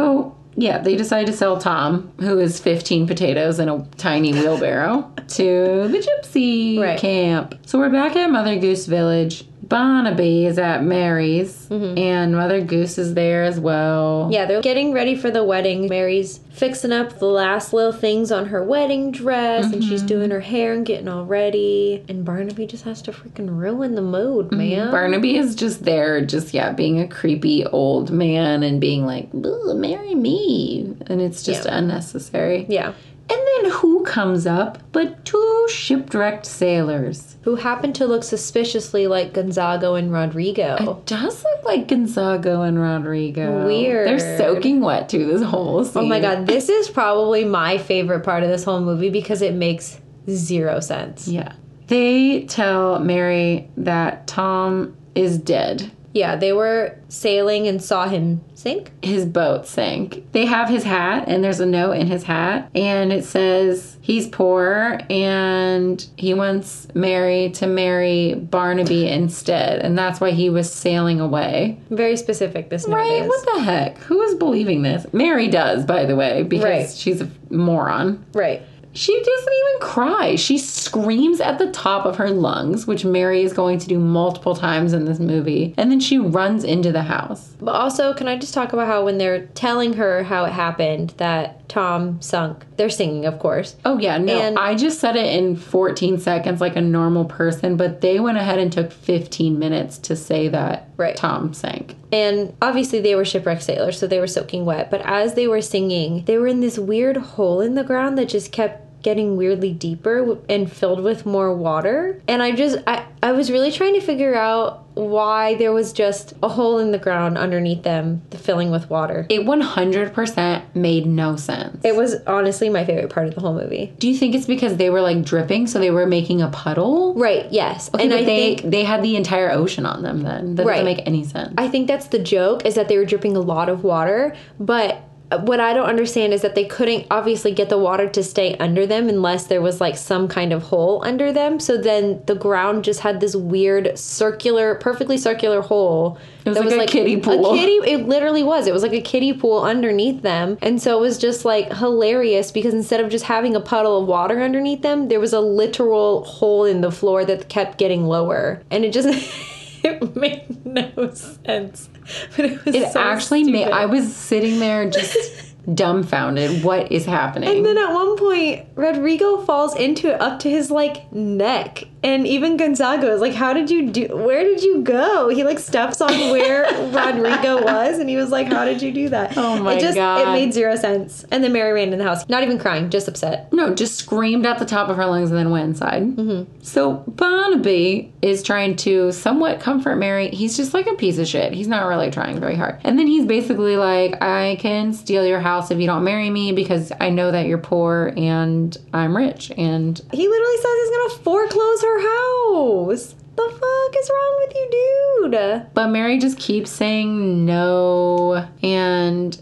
Speaker 1: Yeah, they decide to sell Tom, who is 15 potatoes in a tiny wheelbarrow, to the gypsy
Speaker 2: Right.
Speaker 1: camp. So we're back at Mother Goose Village. Barnaby is at Mary's, and Mother Goose is there as well.
Speaker 2: Yeah, they're getting ready for the wedding. Mary's fixing up the last little things on her wedding dress and
Speaker 1: Mm-hmm.
Speaker 2: she's doing her hair and getting all ready. And Barnaby just has to freaking ruin the
Speaker 1: Mm-hmm.
Speaker 2: mood, man.
Speaker 1: Barnaby is just there, just, yeah, being a creepy old man and being like, "Ugh, marry me. And it's just unnecessary.
Speaker 2: yeah.
Speaker 1: And then who comes up but two shipwrecked sailors?
Speaker 2: Who happened to look suspiciously like Gonzago and Rodrigo.
Speaker 1: It does look like Gonzago and Rodrigo.
Speaker 2: Weird.
Speaker 1: They're soaking wet too this whole scene.
Speaker 2: oh my god, this is probably my favorite part of this whole movie because it makes zero sense.
Speaker 1: Yeah. They tell Mary that Tom is dead.
Speaker 2: Yeah, they were sailing and saw him sink.
Speaker 1: His boat sank. They have his hat, and there's a note in his hat, and it says he's poor and he wants Mary to marry Barnaby instead, and that's why he was sailing away.
Speaker 2: Very specific, this note
Speaker 1: Right?
Speaker 2: is.
Speaker 1: What the heck? Who is believing this? Mary does, by the way, because
Speaker 2: Right.
Speaker 1: she's a moron.
Speaker 2: Right.
Speaker 1: She doesn't even cry. She screams at the top of her lungs, which Mary is going to do multiple times in this movie. And then she runs into the house.
Speaker 2: But also, can I just talk about how when they're telling her how it happened that Tom sunk, they're singing, of course.
Speaker 1: Oh, yeah, no.
Speaker 2: And-
Speaker 1: I just said it in 14 seconds like a normal person, but they went ahead and took 15 minutes to say that
Speaker 2: Right.
Speaker 1: Tom sank.
Speaker 2: And obviously, they were shipwrecked sailors, so they were soaking wet. But as they were singing, they were in this weird hole in the ground that just kept getting weirdly deeper w- and filled with more water. And I just, I, I was really trying to figure out why there was just a hole in the ground underneath them filling with water.
Speaker 1: It 100% made no sense.
Speaker 2: It was honestly my favorite part of the whole movie.
Speaker 1: Do you think it's because they were like dripping, so they were making a puddle?
Speaker 2: Right, yes.
Speaker 1: Okay,
Speaker 2: and
Speaker 1: but
Speaker 2: I
Speaker 1: they
Speaker 2: think
Speaker 1: they had the entire ocean on them then. That
Speaker 2: Right.
Speaker 1: doesn't make any sense.
Speaker 2: I think that's the joke is that they were dripping a lot of water, but what I don't understand is that they couldn't obviously get the water to stay under them unless there was like some kind of hole under them. So then the ground just had this weird circular, perfectly circular hole. It
Speaker 1: was like a kiddie pool.
Speaker 2: A kiddie, it literally was. It was like a kiddie pool underneath them, and so it was just like hilarious because instead of just having a puddle of water underneath them, there was a literal hole in the floor that kept getting lower, and it just it made no sense. But it was
Speaker 1: It
Speaker 2: so
Speaker 1: actually made.
Speaker 2: stupid.
Speaker 1: I was sitting there just dumbfounded. What is happening?
Speaker 2: And then at one point, Rodrigo falls into it up to his like neck, and even Gonzago is like, "How did you do? Where did you go?" He like steps on where Rodrigo was, and he was like, "How did you do that?"
Speaker 1: Oh my
Speaker 2: it just, It
Speaker 1: God.
Speaker 2: made zero sense. And then Mary ran in the house, not even crying, just upset.
Speaker 1: no, just screamed at the top of her lungs and then went inside.
Speaker 2: Mm-hmm.
Speaker 1: So Barnaby is trying to somewhat comfort Mary. He's just like a piece of shit. He's not really trying very hard. And then he's basically like, I can steal your house if you don't marry me because I know that you're poor and I'm rich. And
Speaker 2: He literally says he's gonna foreclose her house. The fuck is wrong with you, dude?
Speaker 1: but Mary just keeps saying no and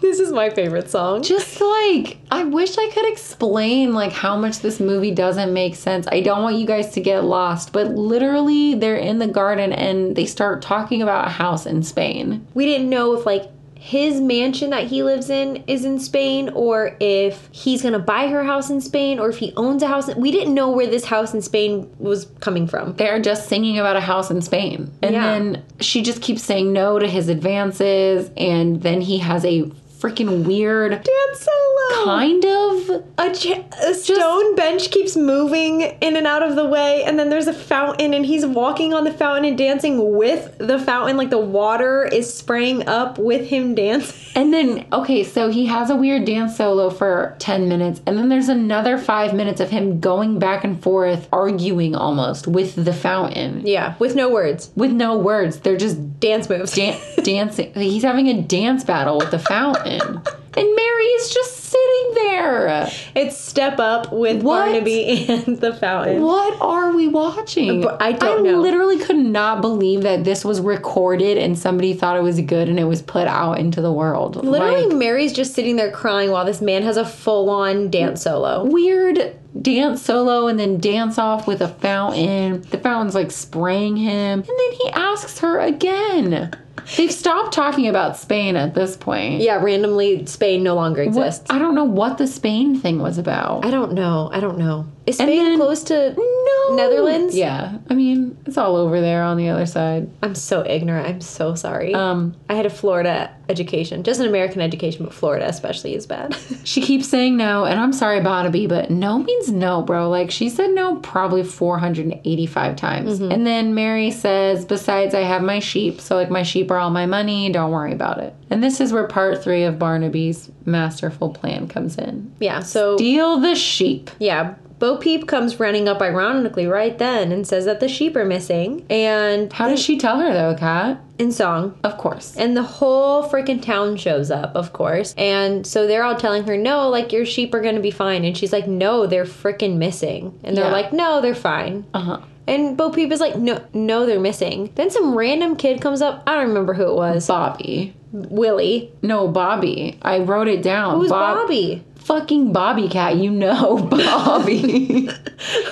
Speaker 2: this is my favorite song.
Speaker 1: just like i wish i could explain like how much this movie doesn't make sense i don't want you guys to get lost but literally they're in the garden and they start talking about a house in spain
Speaker 2: we didn't know if like his mansion that he lives in is in Spain or if he's going to buy her house in Spain or if he owns a house. in- We didn't know where this house in Spain was coming from.
Speaker 1: they're just singing about a house in spain and
Speaker 2: Yeah.
Speaker 1: then she just keeps saying no to his advances and then he has a freaking weird
Speaker 2: Dance solo.
Speaker 1: kind of
Speaker 2: a, cha- a stone bench keeps moving in and out of the way and then there's a fountain and he's walking on the fountain and dancing with the fountain like the water is spraying up with him dancing.
Speaker 1: And then, okay, so he has a weird dance solo for 10 minutes, and then there's another five minutes of him going back and forth, arguing almost with the fountain
Speaker 2: Yeah, with no words.
Speaker 1: with no words. They're just
Speaker 2: Dance moves.
Speaker 1: dan- dancing. He's having a dance battle with the fountain. And Mary is just sitting there.
Speaker 2: it's step up with
Speaker 1: What?
Speaker 2: Barnaby and the fountain.
Speaker 1: What are we watching?
Speaker 2: But I don't know.
Speaker 1: literally could not believe that this was recorded and somebody thought it was good and it was put out into the world.
Speaker 2: Literally,
Speaker 1: Like,
Speaker 2: Mary's just sitting there crying while this man has a full on dance solo.
Speaker 1: weird dance solo and then dance off with a fountain. The fountain's like spraying him. And then he asks her again. They've stopped talking about Spain at this point.
Speaker 2: Yeah, randomly, Spain no longer
Speaker 1: What-
Speaker 2: exists.
Speaker 1: I don't know what the Spain thing was about.
Speaker 2: I don't know. I don't know. Is Spain
Speaker 1: then-
Speaker 2: close to?
Speaker 1: No.
Speaker 2: Netherlands?
Speaker 1: Yeah. I mean, it's all over there on the other side.
Speaker 2: I'm so ignorant. I'm so sorry.
Speaker 1: Um,
Speaker 2: I had a Florida education, just an American education, but Florida especially is bad.
Speaker 1: she keeps saying no, and I'm sorry, Barnaby, but no means no, bro. Like, she said no probably 485 times. And then Mary says, Besides, I have my sheep. So, like, my sheep are all my money. Don't worry about it. And this is where part three of Barnaby's masterful plan comes in
Speaker 2: yeah. So
Speaker 1: deal the sheep.
Speaker 2: yeah, Bo Peep comes running up ironically right then and says that the sheep are missing and
Speaker 1: How does she tell her, though, Kat?
Speaker 2: in song.
Speaker 1: Of course.
Speaker 2: And the whole freaking town shows up, of course. And so they're all telling her, no, like your sheep are gonna be fine. And she's like, no, they're freaking missing. And they're
Speaker 1: Yeah.
Speaker 2: like, no, they're fine.
Speaker 1: Uh huh.
Speaker 2: And Bo Peep is like, no, no, they're missing. Then some random kid comes up. I don't remember who it was.
Speaker 1: Bobby.
Speaker 2: Willie.
Speaker 1: No, Bobby. I wrote it down.
Speaker 2: Who's
Speaker 1: Bob-
Speaker 2: Bobby?
Speaker 1: fucking Bobby Cat. You know Bobby.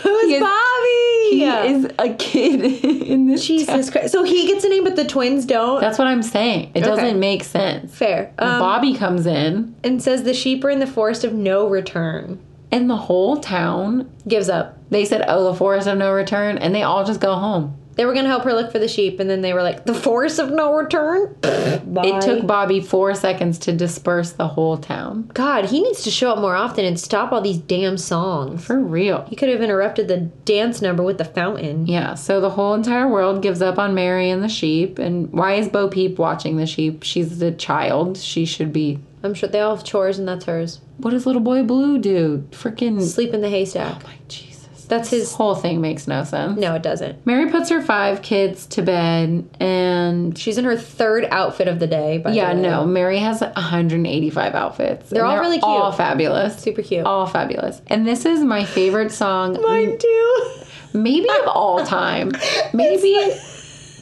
Speaker 2: Who's
Speaker 1: He is-
Speaker 2: Bobby?
Speaker 1: he is a kid in this. town.
Speaker 2: Jesus Christ. So he gets a name, but the twins don't.
Speaker 1: That's what I'm saying. It
Speaker 2: Okay.
Speaker 1: doesn't make sense.
Speaker 2: Fair. Um,
Speaker 1: Bobby comes in,
Speaker 2: and says the sheep are in the forest of no return.
Speaker 1: and the whole town.
Speaker 2: Gives up.
Speaker 1: They said, "Oh, the forest of no return," and they all just go home.
Speaker 2: They were gonna help her look for the sheep, and then they were like, "The forest of no return."
Speaker 1: It took Bobby four seconds to disperse the whole town.
Speaker 2: God. He needs to show up more often and stop all these damn songs.
Speaker 1: For real.
Speaker 2: He could have interrupted the dance number with the fountain.
Speaker 1: Yeah, so the whole entire world gives up on Mary and the sheep. And why is Bo Peep watching the sheep? She's a child. She should be.
Speaker 2: I'm sure they all have chores, and that's hers.
Speaker 1: What does little boy blue do? Freaking.
Speaker 2: Sleep in the haystack.
Speaker 1: My Jesus.
Speaker 2: That's
Speaker 1: This
Speaker 2: his.
Speaker 1: whole thing makes no sense.
Speaker 2: No, it doesn't.
Speaker 1: Mary puts her five kids to bed, and
Speaker 2: She's in her third outfit of the day. By the
Speaker 1: yeah,
Speaker 2: way.
Speaker 1: no, Mary has 185 outfits. They're
Speaker 2: all really cute.
Speaker 1: all fabulous,
Speaker 2: Super cute. Mm.
Speaker 1: all fabulous. And this is my favorite song,
Speaker 2: Oh, Mine too.
Speaker 1: maybe of all time. Maybe,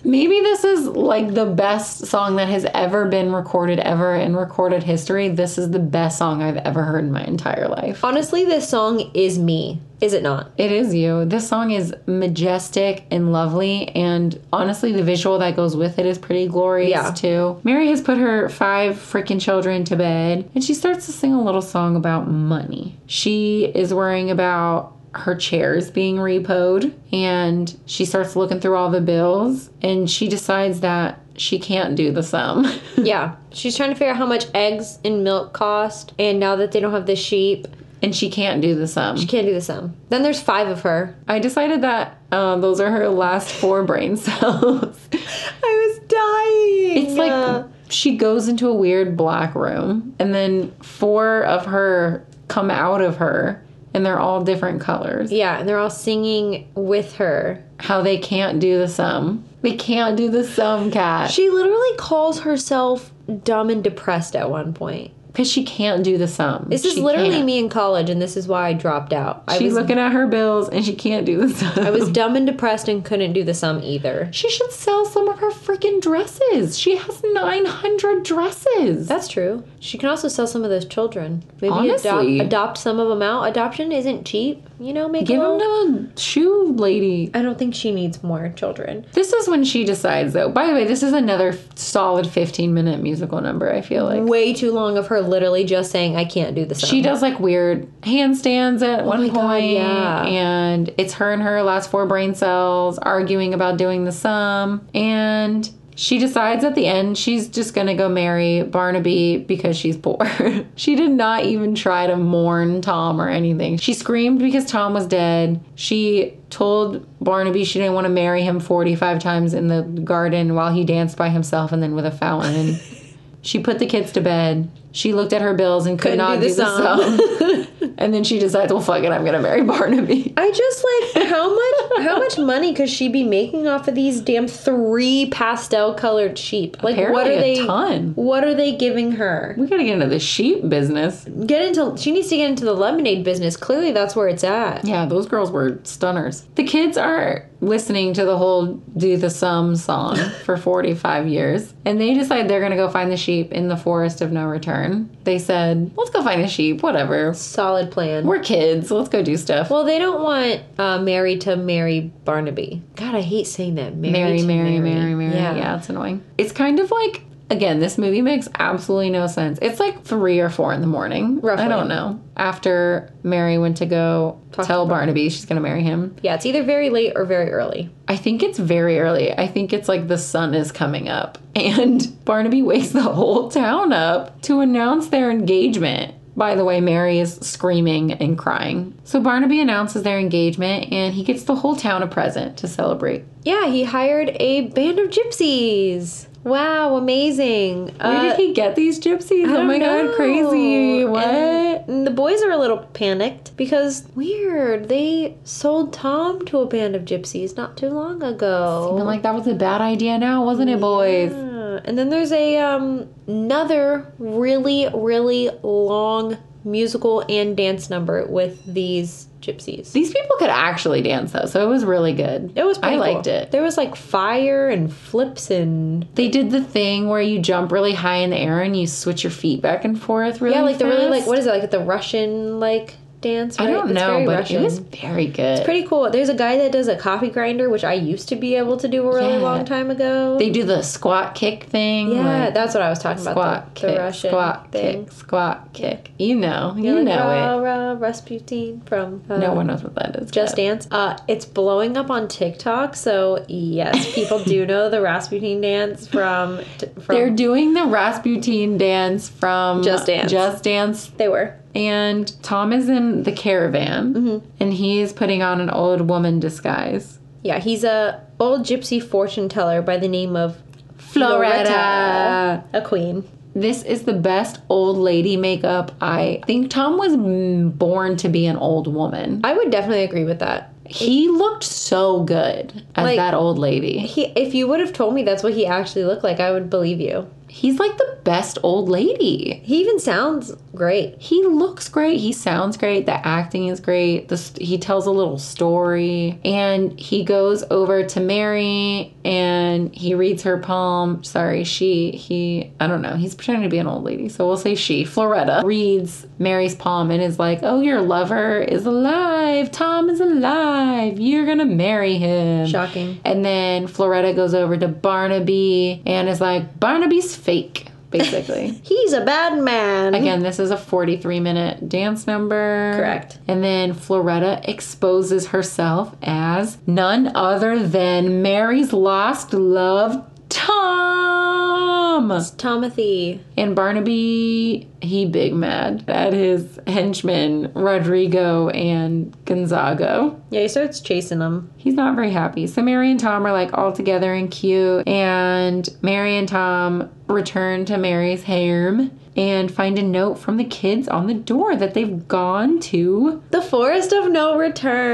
Speaker 1: maybe this is like the best song that has ever been recorded ever in recorded history. This is the best song I've ever heard in my entire life.
Speaker 2: Honestly, this song is me, is it not?
Speaker 1: It is you. This song is majestic and lovely, and honestly, the visual that goes with it is pretty glorious
Speaker 2: Yeah.
Speaker 1: too. Mary has put her five freaking children to bed, and she starts to sing a little song about money. She is worrying about her chairs being repoed, and she starts looking through all the bills, and she decides that she can't do the sum.
Speaker 2: Yeah. She's trying to figure out how much eggs and milk cost, and now that they don't have the sheep,
Speaker 1: and she can't do the sum.
Speaker 2: can't do the sum. Then there's five of her.
Speaker 1: I decided that uh, those are her last four brain cells.
Speaker 2: I was dying.
Speaker 1: It's like she goes into a weird black room, and then four of her come out of her, and they're all different colors.
Speaker 2: Yeah, and they're all singing with her.
Speaker 1: How they can't do the sum. They can't do the sum, cat.
Speaker 2: She literally calls herself dumb and depressed at one point.
Speaker 1: Because she can't do the sum.
Speaker 2: This is
Speaker 1: She
Speaker 2: literally
Speaker 1: can't.
Speaker 2: me in college, and this is why I dropped out. I
Speaker 1: She's
Speaker 2: was,
Speaker 1: looking at her bills and she can't do the sum.
Speaker 2: I was dumb and depressed and couldn't do the sum either.
Speaker 1: she should sell some of her freaking dresses. She has 900 dresses.
Speaker 2: That's true. She can also sell some of those children. Maybe
Speaker 1: Honestly.
Speaker 2: adopt, adopt some of them out. Adoption isn't cheap, you know. Make
Speaker 1: Give
Speaker 2: a
Speaker 1: them
Speaker 2: little-
Speaker 1: to a shoe lady.
Speaker 2: I don't think she needs more children.
Speaker 1: This is when she decides, though. By the way, this is another f- solid 15 minute musical number, I feel like.
Speaker 2: Way too long of her literally just saying, "I can't do this."
Speaker 1: She does like weird handstands at one
Speaker 2: Oh my
Speaker 1: point,
Speaker 2: God, yeah.
Speaker 1: and it's her and her last four brain cells arguing about doing the sum. And she decides at the end she's just gonna go marry Barnaby because she's poor. she did not even try to mourn Tom or anything. She screamed because Tom was dead. She told Barnaby she didn't want to marry him 45 times in the garden while he danced by himself and then with a fountain. She put the kids to bed. She looked at her bills and could
Speaker 2: Couldn't
Speaker 1: not
Speaker 2: do
Speaker 1: do
Speaker 2: the
Speaker 1: the sum. and then she decides, well, fuck it, I'm gonna marry Barnaby.
Speaker 2: I just like how much how much money could she be making off of these damn three pastel colored sheep? Like
Speaker 1: Apparently
Speaker 2: what are
Speaker 1: a
Speaker 2: they?
Speaker 1: ton.
Speaker 2: What are they giving her?
Speaker 1: We gotta get into the sheep business.
Speaker 2: Get into she needs to get into the lemonade business. Clearly, that's where it's at.
Speaker 1: Yeah, those girls were stunners. The kids are listening to the whole do the sum song for 45 years and they decide they're going to go find the sheep in the forest of no return. They said, let's go find the sheep, whatever.
Speaker 2: Solid plan.
Speaker 1: We're kids, let's go do stuff.
Speaker 2: well, they don't want uh, Mary to marry Barnaby. God, I hate saying that. Mary,
Speaker 1: Mary,
Speaker 2: to
Speaker 1: Mary, Mary, Mary.
Speaker 2: Yeah.
Speaker 1: Yeah. it's annoying. It's kind of like, again, this movie makes absolutely no sense. It's like three or four in the morning.
Speaker 2: Roughly.
Speaker 1: I don't know. After Mary went to go
Speaker 2: Talk to
Speaker 1: tell Barnaby she's going to marry him.
Speaker 2: Yeah, it's either very late or very early.
Speaker 1: I think it's very early. I think it's like the sun is coming up. And Barnaby wakes the whole town up to announce their engagement. By the way, Mary is screaming and crying. So Barnaby announces their engagement and he gets the whole town a present to celebrate.
Speaker 2: Yeah, he hired a band of gypsies. Wow, amazing. Uh,
Speaker 1: Where did he get these gypsies?
Speaker 2: I
Speaker 1: Oh my
Speaker 2: don't
Speaker 1: god,
Speaker 2: know.
Speaker 1: crazy. What?
Speaker 2: And- and the boys are a little panicked because weird, they sold Tom to a band of gypsies not too long ago.
Speaker 1: I'm like, that was a bad idea now, wasn't it, boys?
Speaker 2: Yeah. Uh, And then there's a um another really really long musical and dance number with these gypsies.
Speaker 1: These people could actually dance though, so it was really good.
Speaker 2: It was pretty
Speaker 1: I
Speaker 2: cool.
Speaker 1: liked it.
Speaker 2: There was like fire and flips and
Speaker 1: They did the thing where you jump really high in the air and you switch your feet back and forth really
Speaker 2: yeah, like the really like
Speaker 1: fast.
Speaker 2: what is it like the Russian like dance?
Speaker 1: I
Speaker 2: right?
Speaker 1: don't
Speaker 2: It's
Speaker 1: know,
Speaker 2: very
Speaker 1: but
Speaker 2: Russian.
Speaker 1: it was very good.
Speaker 2: pretty cool. There's a guy that does a coffee grinder, which I used to be able to do a really
Speaker 1: Yeah.
Speaker 2: long time ago.
Speaker 1: they do the squat kick thing.
Speaker 2: yeah,
Speaker 1: like,
Speaker 2: that's what I was talking
Speaker 1: squat
Speaker 2: about. The,
Speaker 1: kick,
Speaker 2: the Russian
Speaker 1: squat
Speaker 2: thing.
Speaker 1: kick, squat kick. You know, you
Speaker 2: You're like,
Speaker 1: know
Speaker 2: rah,
Speaker 1: it.
Speaker 2: Rah, Rasputin from uh,
Speaker 1: No one knows what that is.
Speaker 2: Just
Speaker 1: but-
Speaker 2: Dance. Uh, it's blowing up on TikTok, so yes, people do know the Rasputin dance from from
Speaker 1: They're doing the Rasputin dance from
Speaker 2: Just Dance.
Speaker 1: Just Dance
Speaker 2: they were.
Speaker 1: and Tom is in the caravan and he is putting on an old woman disguise.
Speaker 2: Yeah, he's a old gypsy fortune teller by the name of
Speaker 1: Floretta.
Speaker 2: a queen.
Speaker 1: This is the best old lady makeup. I think Tom was mm, born to be an old woman.
Speaker 2: I would definitely agree with that.
Speaker 1: He looked so good as
Speaker 2: Like-
Speaker 1: that old lady.
Speaker 2: He, if you would have told me that's what he actually looked like, I would believe you.
Speaker 1: He's like the best old lady.
Speaker 2: He even sounds great.
Speaker 1: He looks great. He sounds great. The acting is great. The, st- he tells a little story and he goes over to Mary and he reads her poem. Sorry, she, he, I don't know. He's pretending to be an old lady. So we'll say she, Floretta, reads Mary's poem and is like, Oh, your lover is alive. Tom is alive. You're going to marry him.
Speaker 2: Shocking.
Speaker 1: And then Floretta goes over to Barnaby and is like, Barnaby's fake, basically.
Speaker 2: He's a bad man.
Speaker 1: Again, this is a 43 minute dance number.
Speaker 2: Correct.
Speaker 1: And then Floretta exposes herself as none other than Mary's lost love, Tom.
Speaker 2: Tomothy.
Speaker 1: And Barnaby, he big mad at his henchmen, Rodrigo and Gonzago.
Speaker 2: Yeah, he starts chasing him.
Speaker 1: He's not very happy. So Mary and Tom are like all together and cute. And Mary and Tom return to Mary's harem and find a note from the kids on the door that they've gone to.
Speaker 2: The forest of no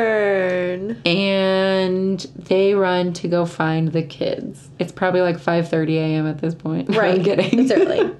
Speaker 2: return.
Speaker 1: And they run to go find the kids. It's probably like 5.30 a.m. at this point.
Speaker 2: Right.
Speaker 1: I'm kidding.
Speaker 2: It's early.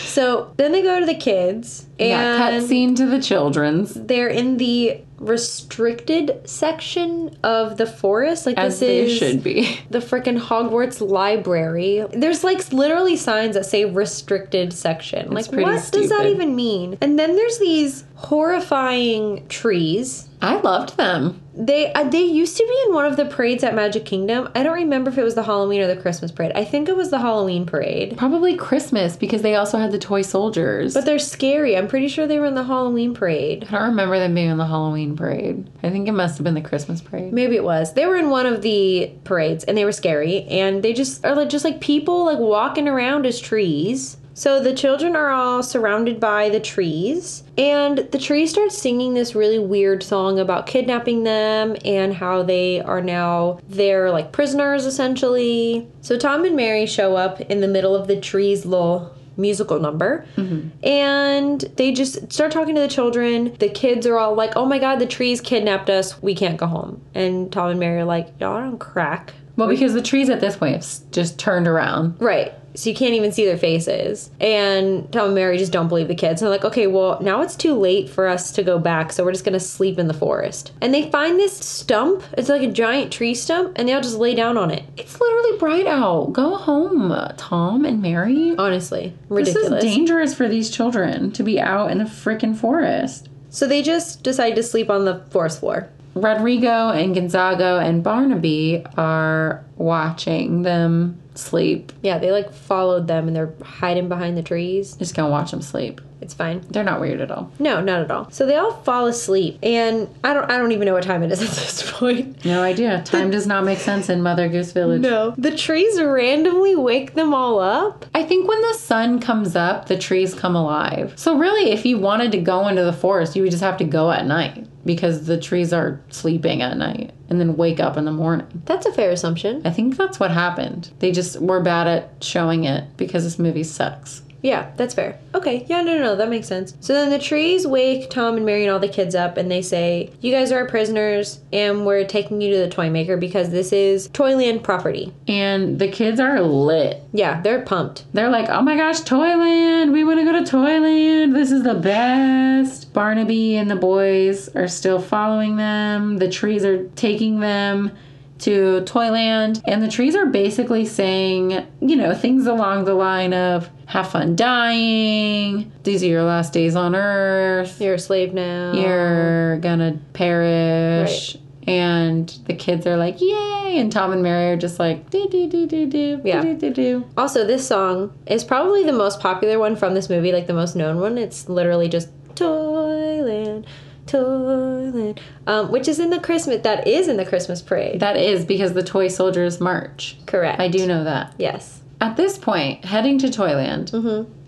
Speaker 2: So then they go to the kids
Speaker 1: yeah,
Speaker 2: and
Speaker 1: cutscene to the children's.
Speaker 2: they're in the restricted section of the forest. Like
Speaker 1: As
Speaker 2: this
Speaker 1: they
Speaker 2: is
Speaker 1: should be.
Speaker 2: the freaking Hogwarts library. There's like literally signs that say restricted section. like
Speaker 1: pretty
Speaker 2: what does that
Speaker 1: stupid.
Speaker 2: even mean? And then there's these horrifying trees
Speaker 1: I loved them.
Speaker 2: They uh, they used to be in one of the parades at Magic Kingdom. I don't remember if it was the Halloween or the Christmas parade. I think it was the Halloween parade.
Speaker 1: Probably Christmas because they also had the toy soldiers.
Speaker 2: But they're scary. I'm pretty sure they were in the Halloween parade.
Speaker 1: I don't remember them being on the Halloween parade. I think it must have been the Christmas parade.
Speaker 2: Maybe it was. They were in one of the parades and they were scary and they just are like just like people like walking around as trees. So the children are all surrounded by the trees and the tree starts singing this really weird song about kidnapping them and how they are now they're like prisoners essentially. So Tom and Mary show up in the middle of the tree's little musical number and they just start talking to the children the kids are all like oh my god the trees kidnapped us we can't go home and tom and mary are like y'all don't crack
Speaker 1: Well, because the trees at this point have s- just turned around.
Speaker 2: right so you can't even see their faces. And Tom and Mary just don't believe the kids. And they're like, okay, well, now it's too late for us to go back, so we're just gonna sleep in the forest. And they find this stump. It's like a giant tree stump, and they all just lay down on it.
Speaker 1: It's literally bright out. Go home, Tom and Mary.
Speaker 2: Honestly,
Speaker 1: This
Speaker 2: ridiculous.
Speaker 1: is dangerous for these children to be out in the freaking forest.
Speaker 2: so they just decide to sleep on the forest floor.
Speaker 1: Rodrigo and Gonzago and Barnaby are watching them sleep.
Speaker 2: Yeah, they like followed them and they're hiding behind the trees.
Speaker 1: Just gonna watch them sleep.
Speaker 2: It's fine.
Speaker 1: They're not weird at all.
Speaker 2: No, not at all. So they all fall asleep, and I don't. I don't even know what time it is at this point.
Speaker 1: No idea. Time does not make sense in Mother Goose Village.
Speaker 2: No, the trees randomly wake them all up.
Speaker 1: I think when the sun comes up, the trees come alive. So, really, if you wanted to go into the forest, you would just have to go at night because the trees are sleeping at night and then wake up in the morning.
Speaker 2: That's a fair assumption.
Speaker 1: I think that's what happened. They just were bad at showing it because this movie sucks.
Speaker 2: Yeah, that's fair. Okay, yeah, no, no, no, that makes sense. So then the trees wake Tom and Mary and all the kids up, and they say, "You guys are our prisoners, and we're taking you to the toy maker because this is Toyland property."
Speaker 1: And the kids are lit.
Speaker 2: Yeah, they're pumped.
Speaker 1: They're like, oh my gosh, Toyland. We want to go to Toyland. This is the best. Barnaby and the boys are still following them. The trees are taking them to Toyland. And the trees are basically saying, you know, things along the line of, have fun dying. These are your last days on earth.
Speaker 2: You're a slave now.
Speaker 1: You're gonna perish. And the kids are like, yay. And Tom and Mary are just like, do, do, do, do, do,
Speaker 2: Yeah.
Speaker 1: do, do, do.
Speaker 2: Also, this song is probably the most popular one from this movie, like the most known one. It's literally just Toyland, Toyland, um, which is in the Christmas that is in the Christmas parade.
Speaker 1: That is because the toy soldiers march.
Speaker 2: Correct.
Speaker 1: I do know that.
Speaker 2: Yes.
Speaker 1: At this point, heading to Toyland,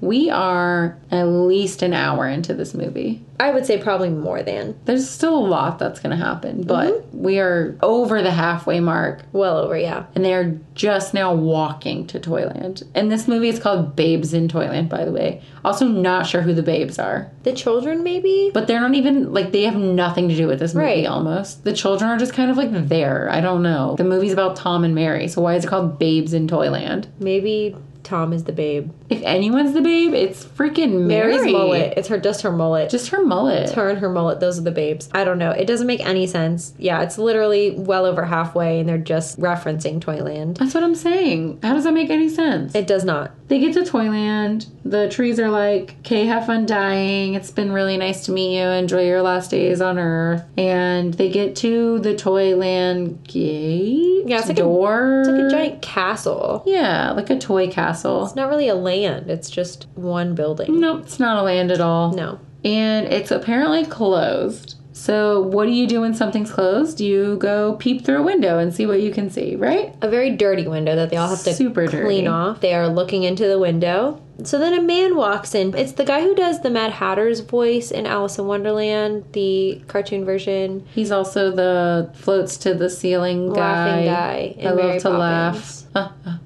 Speaker 1: we are at least an hour into this movie.
Speaker 2: I would say probably more than
Speaker 1: There's still a lot that's going to happen, but we are over the halfway mark
Speaker 2: well over. Yeah.
Speaker 1: and they are just now walking to Toyland. And this movie is called Babes in Toyland, by the way. Also, not sure who the babes are,
Speaker 2: The children, maybe.
Speaker 1: but they're not even like they have nothing to do with this movie
Speaker 2: Right.
Speaker 1: almost. The children are just kind of like there. I don't know. The movie's about Tom and Mary, so why is it called Babes in Toyland?
Speaker 2: Maybe Tom is the babe.
Speaker 1: If anyone's the babe, it's freaking Mary.
Speaker 2: Mary's mullet. It's her. Just her mullet.
Speaker 1: Just her mullet.
Speaker 2: her and her mullet. Those are the babes. I don't know. It doesn't make any sense. Yeah. It's literally well over halfway, and they're just referencing Toyland.
Speaker 1: That's what I'm saying. How does that make any sense?
Speaker 2: It does not.
Speaker 1: They get to Toyland. The trees are like, okay, have fun dying. It's been really nice to meet you. Enjoy your last days on Earth. And they get to the Toyland gate.
Speaker 2: Yeah, it's like a-
Speaker 1: door.
Speaker 2: It's like a giant castle.
Speaker 1: Yeah, like a toy castle.
Speaker 2: It's not really a land, it's just one building.
Speaker 1: Nope, it's not a land at all.
Speaker 2: No.
Speaker 1: And it's apparently closed. So, what do you do when something's closed? You go peep through a window and see what you can see, right?
Speaker 2: A very dirty window that they all have to
Speaker 1: Super
Speaker 2: clean
Speaker 1: dirty.
Speaker 2: off. They are looking into the window. So then a man walks in. It's the guy who does the Mad Hatter's voice in Alice in Wonderland, the cartoon version.
Speaker 1: He's also the floats to the ceiling guy.
Speaker 2: Laughing guy.
Speaker 1: I
Speaker 2: in
Speaker 1: love
Speaker 2: Mary
Speaker 1: to laugh.
Speaker 2: Poppins.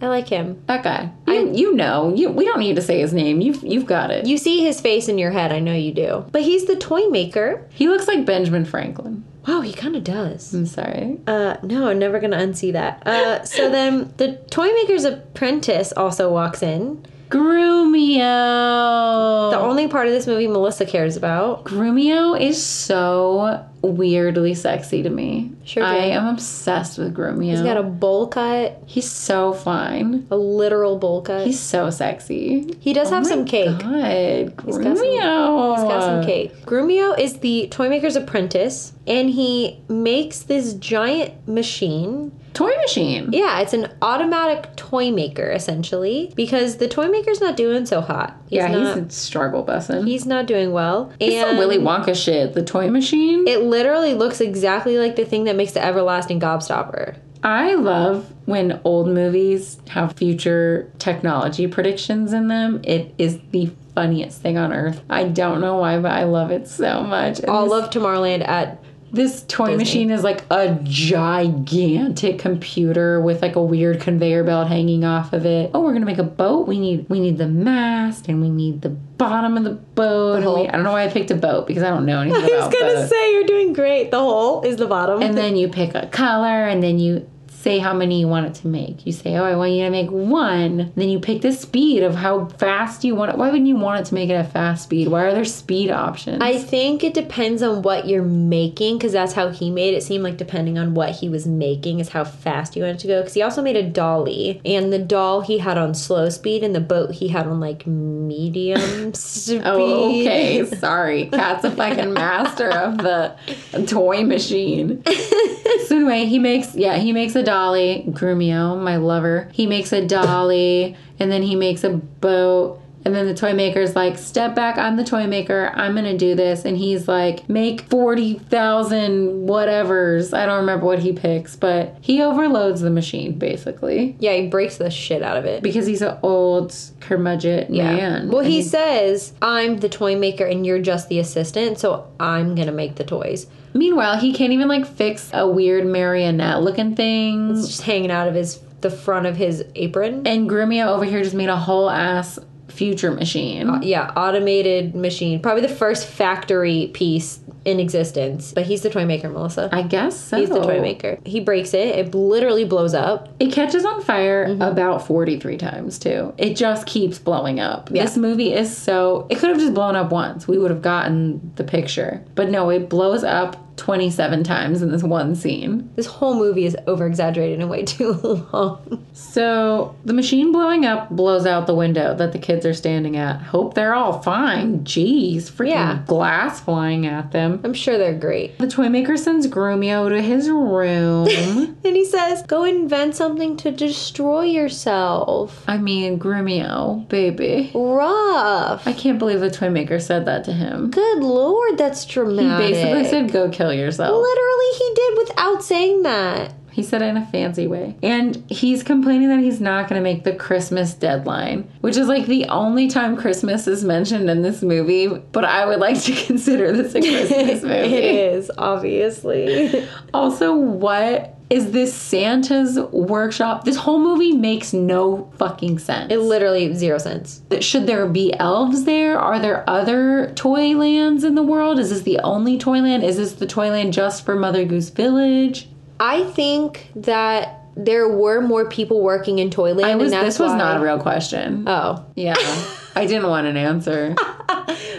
Speaker 2: I like him.
Speaker 1: That guy. You, you know. You, we don't need to say his name. You've, you've got it.
Speaker 2: You see his face in your head, I know you do. But he's the toy maker.
Speaker 1: he looks like Benjamin Franklin.
Speaker 2: Wow, he kind of does.
Speaker 1: I'm sorry.
Speaker 2: Uh, no, I'm never gonna unsee that. Uh, so then the toy maker's apprentice also walks in.
Speaker 1: Grumio.
Speaker 2: The only part of this movie Melissa cares about.
Speaker 1: Grumio is so weirdly sexy to me.
Speaker 2: Sure do.
Speaker 1: I am obsessed with Grumio.
Speaker 2: He's got a bowl cut,
Speaker 1: He's so fine.
Speaker 2: a literal bowl cut.
Speaker 1: He's so sexy.
Speaker 2: he does have some cake.
Speaker 1: God, Grumio.
Speaker 2: got some- He's got some cake. Grumio is the toy maker's apprentice, and he makes this giant machine
Speaker 1: Toy machine.
Speaker 2: Yeah, it's an automatic toy maker essentially because the toy maker's not doing so hot. He's
Speaker 1: yeah,
Speaker 2: not,
Speaker 1: he's a struggle bussin'.
Speaker 2: he's not doing well.
Speaker 1: It's some
Speaker 2: and
Speaker 1: Willy Wonka shit. The toy machine.
Speaker 2: it literally looks exactly like the thing that makes the everlasting gobstopper.
Speaker 1: I love when old movies have future technology predictions in them. It is the funniest thing on earth. I don't know why, but I love it so much. And
Speaker 2: All
Speaker 1: this,
Speaker 2: of Tomorrowland at
Speaker 1: this toy machine is like a gigantic computer with like a weird conveyor belt hanging off of it. Oh, we're gonna make a boat. We need we need the mast and we need the bottom of the boat. and we, I don't know why I picked a boat because I don't know anything
Speaker 2: I was
Speaker 1: about
Speaker 2: gonna
Speaker 1: boats.
Speaker 2: say you're doing great. The hole is the bottom.
Speaker 1: and then you pick a color and then you say how many you want it to make. You say, oh, I want you to make one. Then you pick the speed of how fast you want it. Why wouldn't you want it to make it a fast speed? Why are there speed options?
Speaker 2: I think it depends on what you're making because that's how he made it seem like depending on what he was making is how fast you wanted to go. Because he also made a dolly, and the doll he had on slow speed, and the boat he had on like medium speed.
Speaker 1: Oh, okay. Sorry. Cat's a fucking master of the toy machine. so anyway, he makes yeah, he makes a dolly, Grumio, my lover. He makes a dolly and then he makes a boat. And then the toy maker's like, step back, I'm the toy maker, I'm gonna do this. And he's like, make 40,000 whatevers. I don't remember what he picks, but he overloads the machine basically
Speaker 2: Yeah, he breaks the shit out of it.
Speaker 1: because he's an old curmudgeon man.
Speaker 2: Well,
Speaker 1: And
Speaker 2: he says, I'm the toy maker and you're just the assistant, so I'm going to make the toys.
Speaker 1: Meanwhile, he can't even like fix a weird marionette looking thing.
Speaker 2: It's just hanging out of his the front of his apron.
Speaker 1: And Grimio over here just made a whole ass future machine.
Speaker 2: yeah, automated machine. Probably the first factory piece in existence. But he's the toy maker, Melissa.
Speaker 1: I guess so.
Speaker 2: He's the toy maker. He breaks it. It literally blows up.
Speaker 1: It catches on fire
Speaker 2: Mm-hmm.
Speaker 1: about 43 times, too. It just keeps blowing up.
Speaker 2: Yeah.
Speaker 1: This movie is so. It could have just blown up once. We would have gotten the picture. But no, it blows up 27 times in this one scene.
Speaker 2: This whole movie is over exaggerated and way too long.
Speaker 1: So the machine blowing up blows out the window that the kids are standing at. Hope they're all fine. Jeez, freaking
Speaker 2: Yeah.
Speaker 1: glass flying at them.
Speaker 2: I'm sure they're great.
Speaker 1: The toy maker sends Grumio to his room.
Speaker 2: And he says, Go invent something to destroy yourself.
Speaker 1: I mean, Grumio, baby.
Speaker 2: Rough.
Speaker 1: I can't believe the toy maker said that to him.
Speaker 2: Good lord, that's
Speaker 1: He
Speaker 2: dramatic.
Speaker 1: basically said, go kill yourself.
Speaker 2: Literally, he did without saying that.
Speaker 1: He said it in a fancy way. And he's complaining that he's not going to make the Christmas deadline, which is like the only time Christmas is mentioned in this movie, but I would like to consider this a Christmas
Speaker 2: it
Speaker 1: movie.
Speaker 2: is, obviously.
Speaker 1: Also, what is this Santa's workshop? This whole movie makes no fucking sense.
Speaker 2: it literally zero sense.
Speaker 1: should there be elves there? Are there other toy lands in the world? Is this the only toy land? Is this the toy land just for Mother Goose Village?
Speaker 2: I think that there were more people working in Toyland,
Speaker 1: I was,
Speaker 2: and that's
Speaker 1: this was
Speaker 2: why-
Speaker 1: not a real question.
Speaker 2: Oh,
Speaker 1: yeah. I didn't want an answer.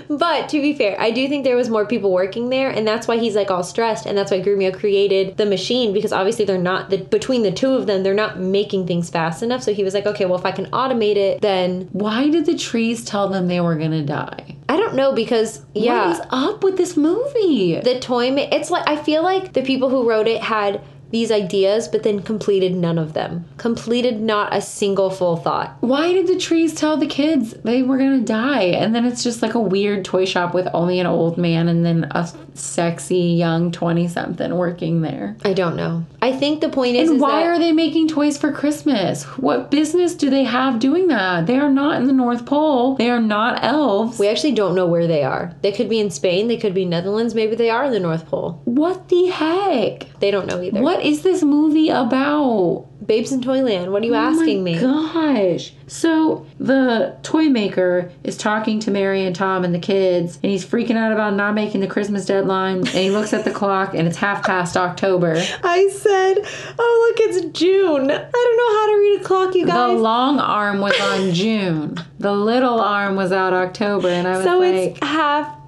Speaker 2: but to be fair, I do think there was more people working there, and that's why he's like all stressed, and that's why Grumio created the machine because obviously they're not the, between the two of them, they're not making things fast enough. So he was like, okay, well if I can automate it, then
Speaker 1: Why did the trees tell them they were going to die?
Speaker 2: I don't know because yeah,
Speaker 1: What is up with this movie?
Speaker 2: the toy ma- it's like i feel like the people who wrote it had these ideas but then completed none of them completed not a single full thought
Speaker 1: Why did the trees tell the kids they were going to die? And then it's just like a weird toy shop with only an old man and then a sexy young 20 something working there.
Speaker 2: i don't know i think the point is,
Speaker 1: And
Speaker 2: is
Speaker 1: why
Speaker 2: that-
Speaker 1: are they making toys for Christmas? What business do they have doing that? They are not in the North Pole. They are not elves.
Speaker 2: we actually don't know where they are they could be in spain they could be netherlands maybe they are in the north pole
Speaker 1: What the heck?
Speaker 2: they don't know either
Speaker 1: What is this movie about?
Speaker 2: babes in toyland what are you
Speaker 1: Oh
Speaker 2: asking me
Speaker 1: Gosh. So the toy maker is talking to Mary and Tom and the kids, and he's freaking out about not making the Christmas deadline. And he looks at the clock, and it's half past October.
Speaker 2: i said oh look it's june i don't know how to read a clock you
Speaker 1: The
Speaker 2: guys
Speaker 1: long arm was on June. The little arm was out October, and I was
Speaker 2: so
Speaker 1: like,
Speaker 2: it's half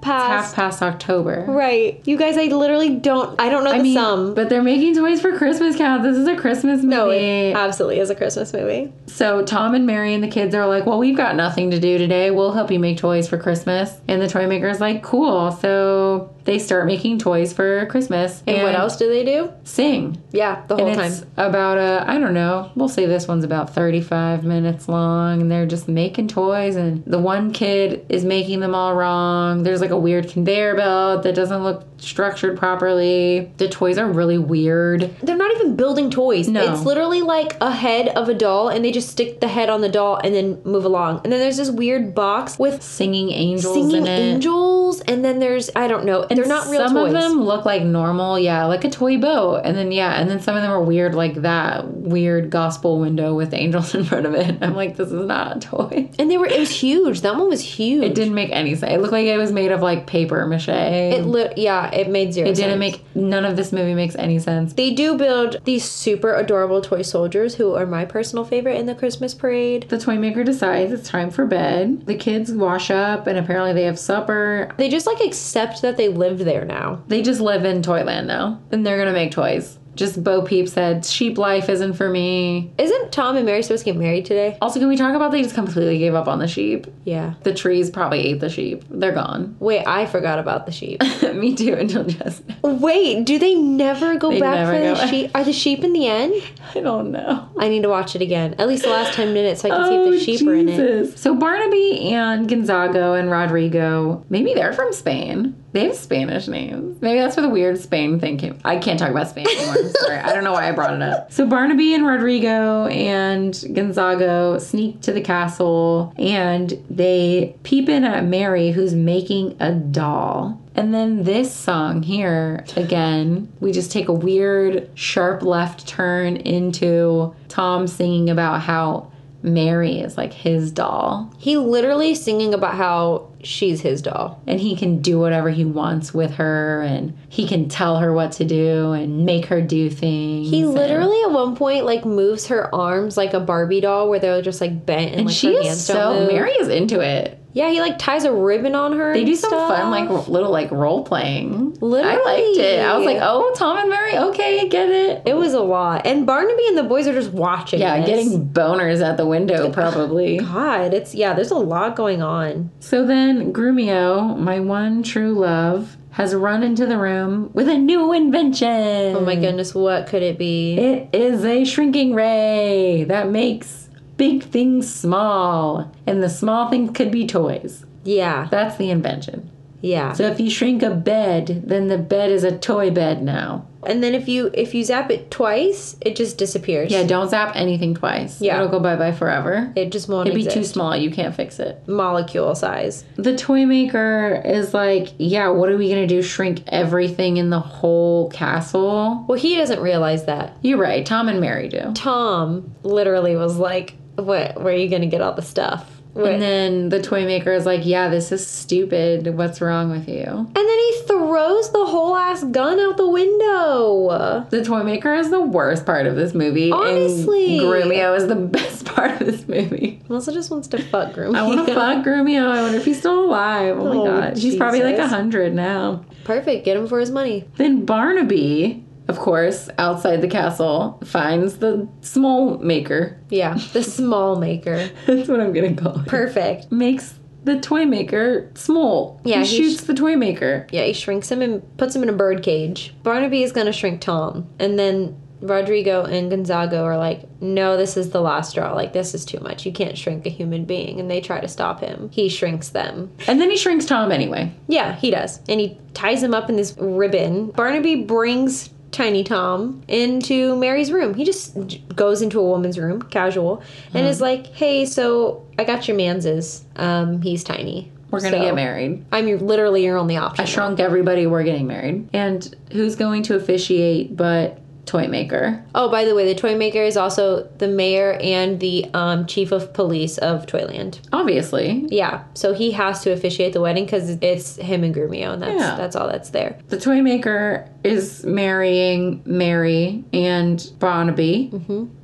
Speaker 1: half
Speaker 2: past
Speaker 1: past October.
Speaker 2: right you guys i literally don't i don't know
Speaker 1: I
Speaker 2: the
Speaker 1: mean,
Speaker 2: sum
Speaker 1: but they're making toys for Christmas, Cat. This is a Christmas
Speaker 2: No,
Speaker 1: movie.
Speaker 2: it absolutely is a Christmas movie.
Speaker 1: so Tom and Mary and the kids are like, "Well, we've got nothing to do today. We'll help you make toys for Christmas." And the toy maker is like, "Cool." So they start making toys for Christmas.
Speaker 2: And what else do they do?
Speaker 1: Sing.
Speaker 2: Yeah, the whole
Speaker 1: And
Speaker 2: time.
Speaker 1: it's about a I don't know. We'll say this one's about 35 minutes long, and they're just making toys. And the one kid is making them all wrong. There's like a weird conveyor belt that doesn't look structured properly. The toys are really weird.
Speaker 2: They're not even building toys.
Speaker 1: No.
Speaker 2: It's literally like a head of a doll and they just stick the head on the doll and then move along. And then there's this weird box with
Speaker 1: Singing angels in
Speaker 2: singing
Speaker 1: it.
Speaker 2: angels and then there's I don't know. They're not real
Speaker 1: some
Speaker 2: toys.
Speaker 1: of them look like normal, yeah, like a toy boat, and then yeah, and then some of them are weird, like that weird gospel window with angels in front of it. I'm like, this is not a toy.
Speaker 2: and they were it was huge. That one was huge.
Speaker 1: It didn't make any sense. It looked like it was made of of like paper mache.
Speaker 2: It li- yeah, it made zero.
Speaker 1: It didn't
Speaker 2: sense.
Speaker 1: make none of this movie makes any sense.
Speaker 2: They do build these super adorable toy soldiers who are my personal favorite in the Christmas parade.
Speaker 1: The toy maker decides it's time for bed. The kids wash up and apparently they have supper.
Speaker 2: They just like accept that they live there now.
Speaker 1: They just live in Toyland now and they're gonna make toys. Just Bo Peep said, sheep life isn't for me.
Speaker 2: Isn't Tom and Mary supposed to get married today?
Speaker 1: Also, can we talk about they just completely gave up on the sheep?
Speaker 2: Yeah.
Speaker 1: The trees probably ate the sheep. They're gone.
Speaker 2: Wait, I forgot about the sheep.
Speaker 1: me too, until just
Speaker 2: Wait, do they never go
Speaker 1: They
Speaker 2: back
Speaker 1: never
Speaker 2: for
Speaker 1: go
Speaker 2: the
Speaker 1: back.
Speaker 2: sheep? Are the sheep in the end?
Speaker 1: I don't know.
Speaker 2: I need to watch it again. At least the last 10 minutes so I can see
Speaker 1: Oh,
Speaker 2: if the sheep are in it.
Speaker 1: Jesus. So Barnaby and Gonzago and Rodrigo, maybe they're from Spain. They have Spanish names. Maybe that's where the weird Spain thing came. I can't talk about Spain anymore. I'm sorry. I don't know why I brought it up. So Barnaby and Rodrigo and Gonzago sneak to the castle and they peep in at Mary, who's making a doll. And then this song here, again, we just take a weird, sharp left turn into Tom singing about how Mary is like his doll
Speaker 2: He literally singing about how she's his doll.
Speaker 1: and he can do whatever he wants with her and he can tell her what to do and make her do things.
Speaker 2: He
Speaker 1: and-
Speaker 2: literally at one point like moves her arms like a Barbie doll where they're just like bent and,
Speaker 1: and
Speaker 2: like
Speaker 1: she
Speaker 2: her
Speaker 1: is
Speaker 2: hands don't
Speaker 1: so
Speaker 2: move.
Speaker 1: Mary is into it.
Speaker 2: Yeah, he like ties a ribbon on her.
Speaker 1: They
Speaker 2: and
Speaker 1: do some
Speaker 2: stuff.
Speaker 1: fun like r- little like role playing. I liked
Speaker 2: Literally.
Speaker 1: it. I was like, "Oh, Tom and Mary, okay, I get it."
Speaker 2: it was a lot. And Barnaby and the boys are just watching.
Speaker 1: Yeah,
Speaker 2: this.
Speaker 1: getting boners at the window probably.
Speaker 2: God, it's yeah. There's a lot going on.
Speaker 1: So then, Grumio, my one true love, has run into the room with a new invention.
Speaker 2: Oh my goodness, what could it be?
Speaker 1: It is a shrinking ray that makes big things small, and the small things could be toys.
Speaker 2: Yeah,
Speaker 1: That's the invention.
Speaker 2: yeah.
Speaker 1: So if you shrink a bed, then the bed is a toy bed now.
Speaker 2: and then if you if you zap it twice, it just disappears.
Speaker 1: Yeah, don't zap anything twice.
Speaker 2: Yeah.
Speaker 1: It'll go bye bye forever.
Speaker 2: it just won't
Speaker 1: It'd be too
Speaker 2: exist.
Speaker 1: small. You can't fix it.
Speaker 2: molecule size.
Speaker 1: The toy maker is like, yeah, what are we going to do? Shrink everything in the whole castle?
Speaker 2: Well, he doesn't realize that.
Speaker 1: You're right. Tom and Mary do.
Speaker 2: Tom literally was like, "What? Where are you gonna get all the stuff?" Where-
Speaker 1: And
Speaker 2: And
Speaker 1: then
Speaker 2: then,
Speaker 1: the toy maker is like, yeah, this is stupid. What's wrong with you?
Speaker 2: he throws the whole ass gun out the window.
Speaker 1: The toy maker is the worst part of this movie. and
Speaker 2: Honestly.
Speaker 1: Grumio is the best part of this movie.
Speaker 2: Melissa just wants to fuck Groom.
Speaker 1: I want to fuck Grumio. I wonder if he's still alive. Oh my
Speaker 2: Oh,
Speaker 1: god, he's probably like
Speaker 2: Jesus.
Speaker 1: hundred now.
Speaker 2: Perfect. Get him for his money.
Speaker 1: Then Barnaby, of course, outside the castle, finds the small maker.
Speaker 2: Yeah, the small maker.
Speaker 1: That's what I'm gonna call it.
Speaker 2: Perfect.
Speaker 1: Makes the toy maker small.
Speaker 2: Yeah,
Speaker 1: he,
Speaker 2: he
Speaker 1: shoots the toy maker.
Speaker 2: Yeah, he shrinks him and puts him in a bird cage. Barnaby is gonna shrink Tom, and then. Rodrigo and Gonzago are like, no, this is the last straw. Like, this is too much. You can't shrink a human being. And they try to stop him. He shrinks them.
Speaker 1: And then he shrinks Tom anyway.
Speaker 2: Yeah, he does. And he ties him up in this ribbon. Barnaby brings Tiny Tom into Mary's room. He just j- goes into a woman's room, casual, and
Speaker 1: Hmm.
Speaker 2: is like, hey, so I got your manses. Um, he's tiny.
Speaker 1: We're gonna
Speaker 2: So,
Speaker 1: get married.
Speaker 2: I'm your, literally your only option.
Speaker 1: I shrunk everybody. We're getting married. And who's going to officiate but toy maker?
Speaker 2: oh, by the way, the toy maker is also the mayor and the um, chief of police of Toyland.
Speaker 1: Obviously,
Speaker 2: Yeah, so he has to officiate the wedding because it's him and Grumio, and that's
Speaker 1: Yeah.
Speaker 2: that's all that's there.
Speaker 1: the toy maker is marrying Mary and Barnaby.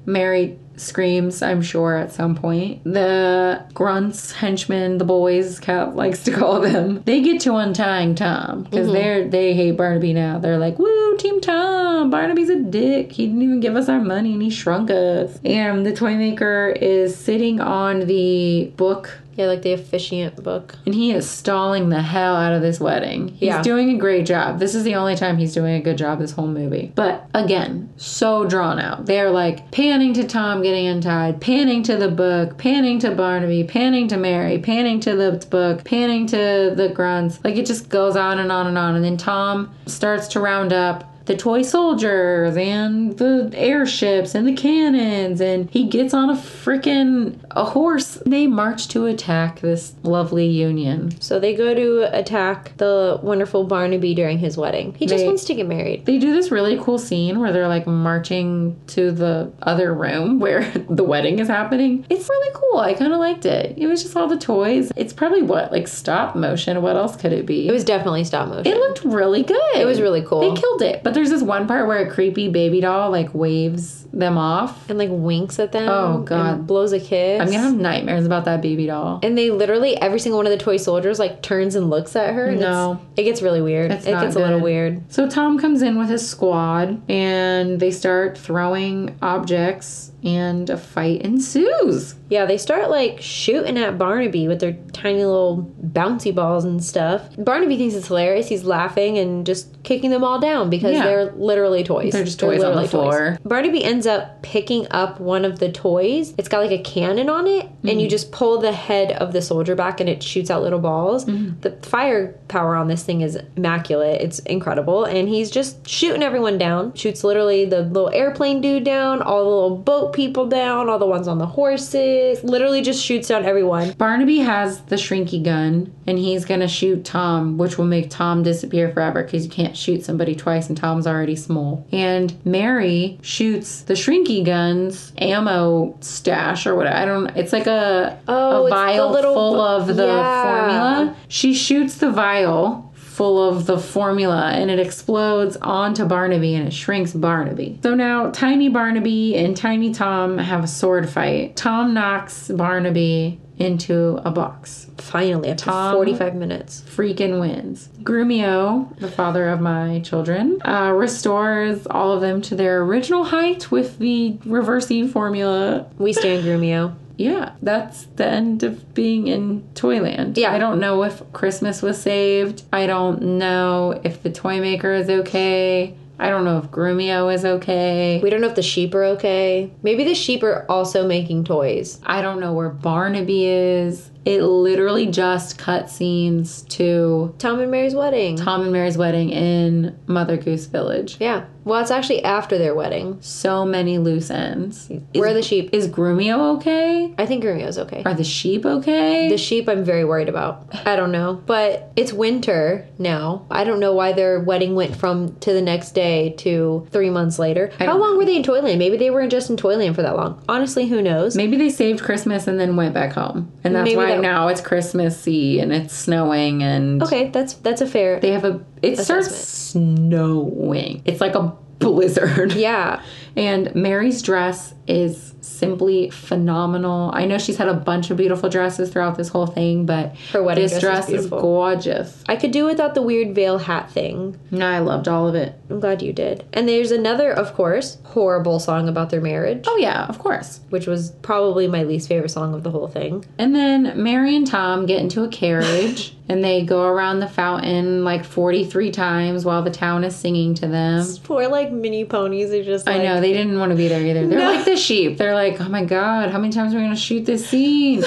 Speaker 1: Mary screams, I'm sure, at some point. The grunts, henchmen, the boys, Cat likes to call them. They get to untying Tom because they're they hate Barnaby now. They're like, "Woo, Team Tom! Barnaby's a dick. He didn't even give us our money and he shrunk us." And the toy maker is sitting on the book
Speaker 2: Yeah, like the officiant book.
Speaker 1: and he is stalling the hell out of this wedding. He's
Speaker 2: Yeah.
Speaker 1: doing a great job. This is the only time he's doing a good job this whole movie. But again, so drawn out. They're like panning to Tom getting untied, panning to the book, panning to Barnaby, panning to Mary, panning to the book, panning to the grunts. Like it just goes on and on and on. And then Tom starts to round up the toy soldiers and the airships and the cannons. And he gets on a freaking a horse. They march to attack this lovely union.
Speaker 2: So they go to attack the wonderful Barnaby during his wedding. He just
Speaker 1: They-
Speaker 2: wants to get married.
Speaker 1: They do this really cool scene where they're like marching to the other room where the wedding is happening. It's really cool. I kind of liked it. It was just all the toys. It's probably what like stop motion. What else could it be?
Speaker 2: It was definitely stop motion.
Speaker 1: It looked really good.
Speaker 2: It was really cool.
Speaker 1: They killed it. But there's this one part where a creepy baby doll like waves them off.
Speaker 2: and like winks at them.
Speaker 1: Oh,
Speaker 2: and
Speaker 1: God.
Speaker 2: blows a kiss.
Speaker 1: I'm gonna have nightmares about that baby doll.
Speaker 2: and they literally every single one of the toy soldiers like turns and looks at her. And
Speaker 1: No.
Speaker 2: it's, it gets really weird.
Speaker 1: It's
Speaker 2: it
Speaker 1: not
Speaker 2: gets a little
Speaker 1: good.
Speaker 2: weird.
Speaker 1: So Tom comes in with his squad and they start throwing objects and a fight ensues.
Speaker 2: Yeah, they start like shooting at Barnaby with their tiny little bouncy balls and stuff. Barnaby thinks it's hilarious. He's laughing and just kicking them all down because
Speaker 1: Yeah.
Speaker 2: they're literally toys.
Speaker 1: They're just toys on the
Speaker 2: literally
Speaker 1: floor.
Speaker 2: Barnaby ends up picking up one of the toys. It's got like a cannon on it, and you just pull the head of the soldier back and it shoots out little balls. The firepower on this thing is immaculate. It's incredible. And he's just shooting everyone down. Shoots literally the little airplane dude down, all the little boat people down, all the ones on the horses. Literally just shoots down everyone.
Speaker 1: Barnaby has the shrinky gun and he's gonna shoot Tom, which will make Tom disappear forever because you can't shoot somebody twice and Tom's already small. And Mary shoots the shrinky gun's ammo stash or what I don't it's like a a
Speaker 2: Oh, it's the
Speaker 1: vial
Speaker 2: little-
Speaker 1: full of the
Speaker 2: yeah.
Speaker 1: formula. She shoots the vial full of the formula and it explodes onto Barnaby and it shrinks Barnaby. So now Tiny Barnaby and Tiny Tom have a sword fight. Tom knocks Barnaby into a box.
Speaker 2: Finally, after 45 minutes.
Speaker 1: Freaking wins. Grumio, the father of my children, uh, restores all of them to their original height with the reverse E formula
Speaker 2: We stand Grumio.
Speaker 1: yeah, that's the end of being in Toyland.
Speaker 2: Yeah.
Speaker 1: I don't know if Christmas was saved. I don't know if the toy maker is okay. I don't know if Grumio is okay.
Speaker 2: We don't know if the sheep are okay. Maybe the sheep are also making toys.
Speaker 1: I don't know where Barnaby is. It literally just cut scenes to
Speaker 2: Tom and Mary's wedding.
Speaker 1: Tom and Mary's wedding in Mother Goose Village.
Speaker 2: Yeah. Well, it's actually after their wedding.
Speaker 1: So many loose ends.
Speaker 2: Where are
Speaker 1: Is,
Speaker 2: the sheep?
Speaker 1: is Grumio okay?
Speaker 2: I think Grumio's okay.
Speaker 1: Are the sheep okay?
Speaker 2: The sheep, I'm very worried about. I don't know, but it's winter now. I don't know why their wedding went from to the next day to three months later. How
Speaker 1: don't
Speaker 2: long were they in Toyland? Maybe they weren't just in Toyland for that long. Honestly, who knows?
Speaker 1: Maybe they saved Christmas and then went back home. And that's
Speaker 2: Maybe
Speaker 1: why
Speaker 2: that-
Speaker 1: now it's Christmassy and it's snowing and
Speaker 2: Okay, that's that's a fair.
Speaker 1: they have a it starts snowing. It's like a blizzard.
Speaker 2: yeah,
Speaker 1: And Mary's dress is simply phenomenal. I know she's had a bunch of beautiful dresses throughout this whole thing, but
Speaker 2: Her wedding
Speaker 1: this
Speaker 2: dress is
Speaker 1: dress, is
Speaker 2: beautiful.
Speaker 1: gorgeous.
Speaker 2: I could do without the weird veil hat thing.
Speaker 1: No, I loved all of it.
Speaker 2: I'm glad you did. And there's another, of course, horrible song about their marriage,
Speaker 1: Oh yeah, of course.
Speaker 2: which was probably my least favorite song of the whole thing.
Speaker 1: And then Mary and Tom get into a carriage and they go around the fountain like 43 times while the town is singing to them.
Speaker 2: Poor like mini ponies are just.
Speaker 1: I
Speaker 2: Like,
Speaker 1: know they didn't want to be there either. They're
Speaker 2: No.
Speaker 1: like the sheep. They're like, oh my god, how many times are we gonna shoot this scene?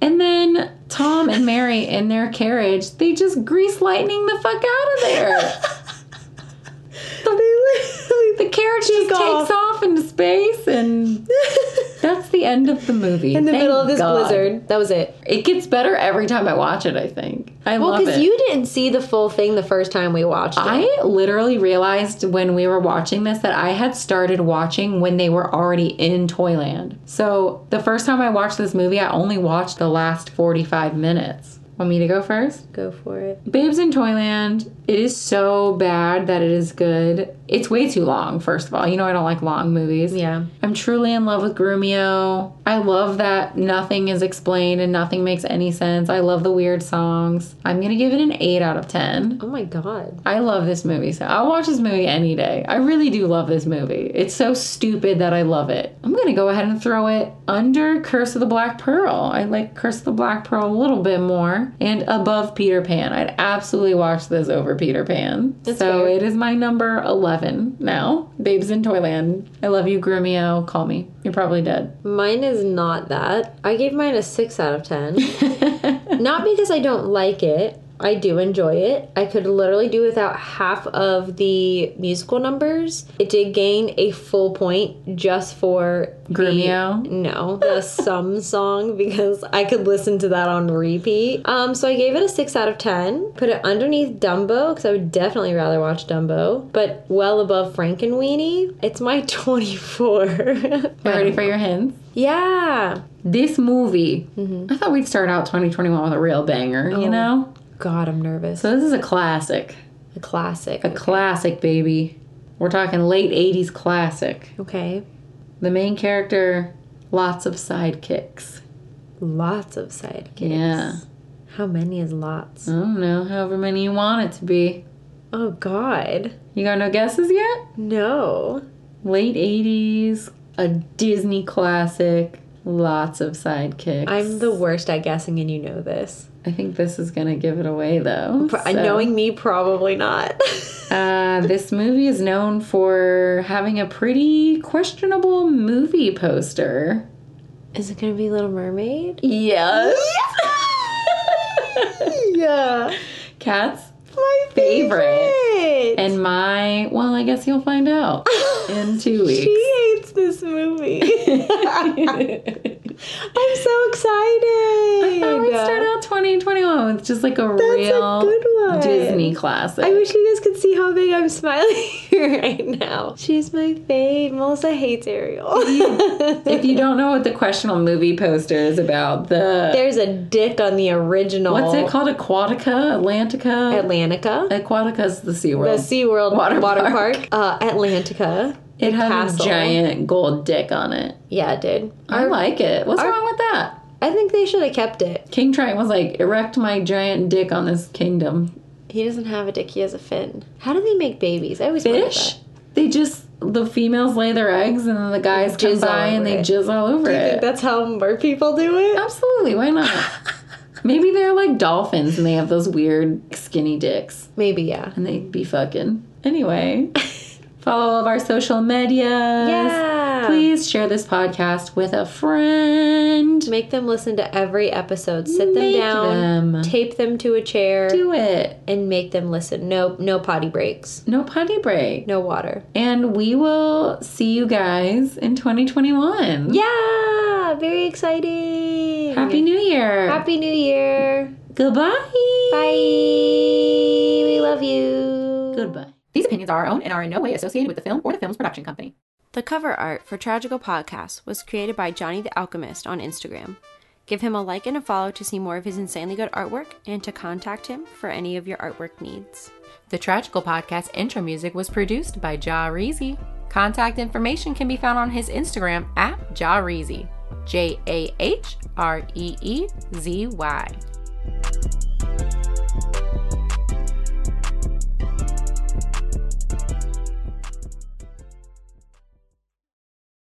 Speaker 1: and then Tom and Mary in their carriage, they just grease lightning the fuck out of there.
Speaker 2: they
Speaker 1: The carriage just
Speaker 2: Take off.
Speaker 1: takes off into space, and
Speaker 2: literally.
Speaker 1: that's the end of the movie.
Speaker 2: in the
Speaker 1: Thank
Speaker 2: middle of this
Speaker 1: God.
Speaker 2: blizzard. That was it.
Speaker 1: It gets better every time I watch it. I think I
Speaker 2: Well,
Speaker 1: love it.
Speaker 2: because you didn't see the full thing the first time we watched it.
Speaker 1: I literally realized when we were watching this that I had started watching when they were already in Toyland. So the first time I watched this movie, I only watched the last 45 minutes. Want me to go first?
Speaker 2: Go for it.
Speaker 1: Babes in Toyland, it is so bad that it is good. It's way too long, first of all. You know, I don't like long movies.
Speaker 2: Yeah.
Speaker 1: I'm truly in love with Grumio. I love that nothing is explained and nothing makes any sense. I love the weird songs. I'm going to give it an 8 out of 10.
Speaker 2: Oh my god.
Speaker 1: I love this movie. So I'll watch this movie any day. I really do love this movie. It's so stupid that I love it. I'm gonna go ahead and throw it under Curse of the Black Pearl. I like Curse of the Black Pearl a little bit more, and above Peter Pan. I'd absolutely watch this over Peter Pan.
Speaker 2: That's
Speaker 1: so
Speaker 2: fair.
Speaker 1: it is my number eleven now. Babes in Toyland. I love you, Grumio. Call me. You're probably dead.
Speaker 2: Mine is not that. I gave mine a 6 out of 10. not because I don't like it. I do enjoy it. I could literally do without half of the musical numbers. It did gain a full point just for the-
Speaker 1: Grumio?
Speaker 2: no, the Sum song because I could listen to that on repeat. Um, so I gave it a six out of ten. Put it underneath Dumbo because I would definitely rather watch Dumbo, but well above Frankenweenie. It's my twenty-four.
Speaker 1: You ready for your hints?
Speaker 2: yeah.
Speaker 1: This movie, I thought we'd start out 2021 with a real banger, you know?
Speaker 2: God, I'm nervous.
Speaker 1: So this is a classic.
Speaker 2: A classic.
Speaker 1: A classic, baby. We're talking late 80s classic.
Speaker 2: Okay.
Speaker 1: The main character, lots of sidekicks.
Speaker 2: Lots of sidekicks.
Speaker 1: Yeah.
Speaker 2: How many is lots?
Speaker 1: I don't know, however many you want it to be.
Speaker 2: Oh God.
Speaker 1: You got no guesses yet?
Speaker 2: No.
Speaker 1: Late 80s, a Disney classic, lots of sidekicks.
Speaker 2: I'm the worst at guessing, and you know this.
Speaker 1: I think this is going to give it away though.
Speaker 2: Pro-
Speaker 1: so-
Speaker 2: Knowing me, probably not.
Speaker 1: Uh, this movie is known for having a pretty questionable movie poster.
Speaker 2: is it gonna be Little Mermaid?
Speaker 1: Yes.
Speaker 2: Yeah.
Speaker 1: Cat's
Speaker 2: My
Speaker 1: favorite.
Speaker 2: favorite.
Speaker 1: and my, well, I guess you'll find out in two weeks.
Speaker 2: she hates this movie. I'm so excited.
Speaker 1: I would start out 2021 with just like a
Speaker 2: a
Speaker 1: real
Speaker 2: good one.
Speaker 1: Disney classic.
Speaker 2: I wish you guys could see how big I'm smiling right now. She's my fave. Melissa hates Ariel.
Speaker 1: if you don't know what the questionable movie poster is about, the
Speaker 2: There's a dick on the original.
Speaker 1: what's it called? Aquatica, Atlantica.
Speaker 2: Atlantica.
Speaker 1: Aquatica is the Sea
Speaker 2: The
Speaker 1: World.
Speaker 2: SeaWorld
Speaker 1: Water
Speaker 2: Oh. water, water
Speaker 1: park.
Speaker 2: park. Uh, Atlantica.
Speaker 1: it
Speaker 2: the
Speaker 1: had
Speaker 2: castle.
Speaker 1: a giant gold dick on it.
Speaker 2: Yeah, it did.
Speaker 1: I like it. What's
Speaker 2: our-
Speaker 1: wrong with that?
Speaker 2: I think they should have kept it.
Speaker 1: King Triton was like, erect my giant dick on this kingdom.
Speaker 2: He doesn't have a dick. He has a fin. How do they make babies? I always wondered
Speaker 1: Fish?
Speaker 2: that.
Speaker 1: They just, the females lay their eggs and then the guys come
Speaker 2: Jizz all
Speaker 1: by and
Speaker 2: over
Speaker 1: they
Speaker 2: it.
Speaker 1: jizz all over
Speaker 2: Do you think
Speaker 1: it.
Speaker 2: that's how mer people do it?
Speaker 1: Absolutely, why not? Maybe they're like dolphins and they have those weird skinny dicks
Speaker 2: Maybe, yeah.
Speaker 1: and they'd be fucking. Anyway, follow all of our social medias.
Speaker 2: Yeah.
Speaker 1: Please share this podcast with a friend.
Speaker 2: Make them listen to every episode. Sit them
Speaker 1: Make
Speaker 2: down.
Speaker 1: them.
Speaker 2: Tape them to a chair.
Speaker 1: Do it.
Speaker 2: and make them listen. No, no potty breaks.
Speaker 1: No potty break.
Speaker 2: No water.
Speaker 1: And we will see you guys in 2021.
Speaker 2: Yeah, very exciting.
Speaker 1: Happy New Year.
Speaker 2: Happy New Year.
Speaker 1: Goodbye.
Speaker 2: Bye. We love you.
Speaker 1: Goodbye. These opinions are our own and are in no way associated with the film or the film's production company.
Speaker 2: The cover art for Tragical Podcast was created by Johnny the Alchemist on Instagram. Give him a like and a follow to see more of his insanely good artwork and to contact him for any of your artwork needs.
Speaker 3: The Tragical Podcast intro music was produced by Ja Reezy. Contact information can be found on his Instagram at Ja Reezy. J A H R E E Z Y.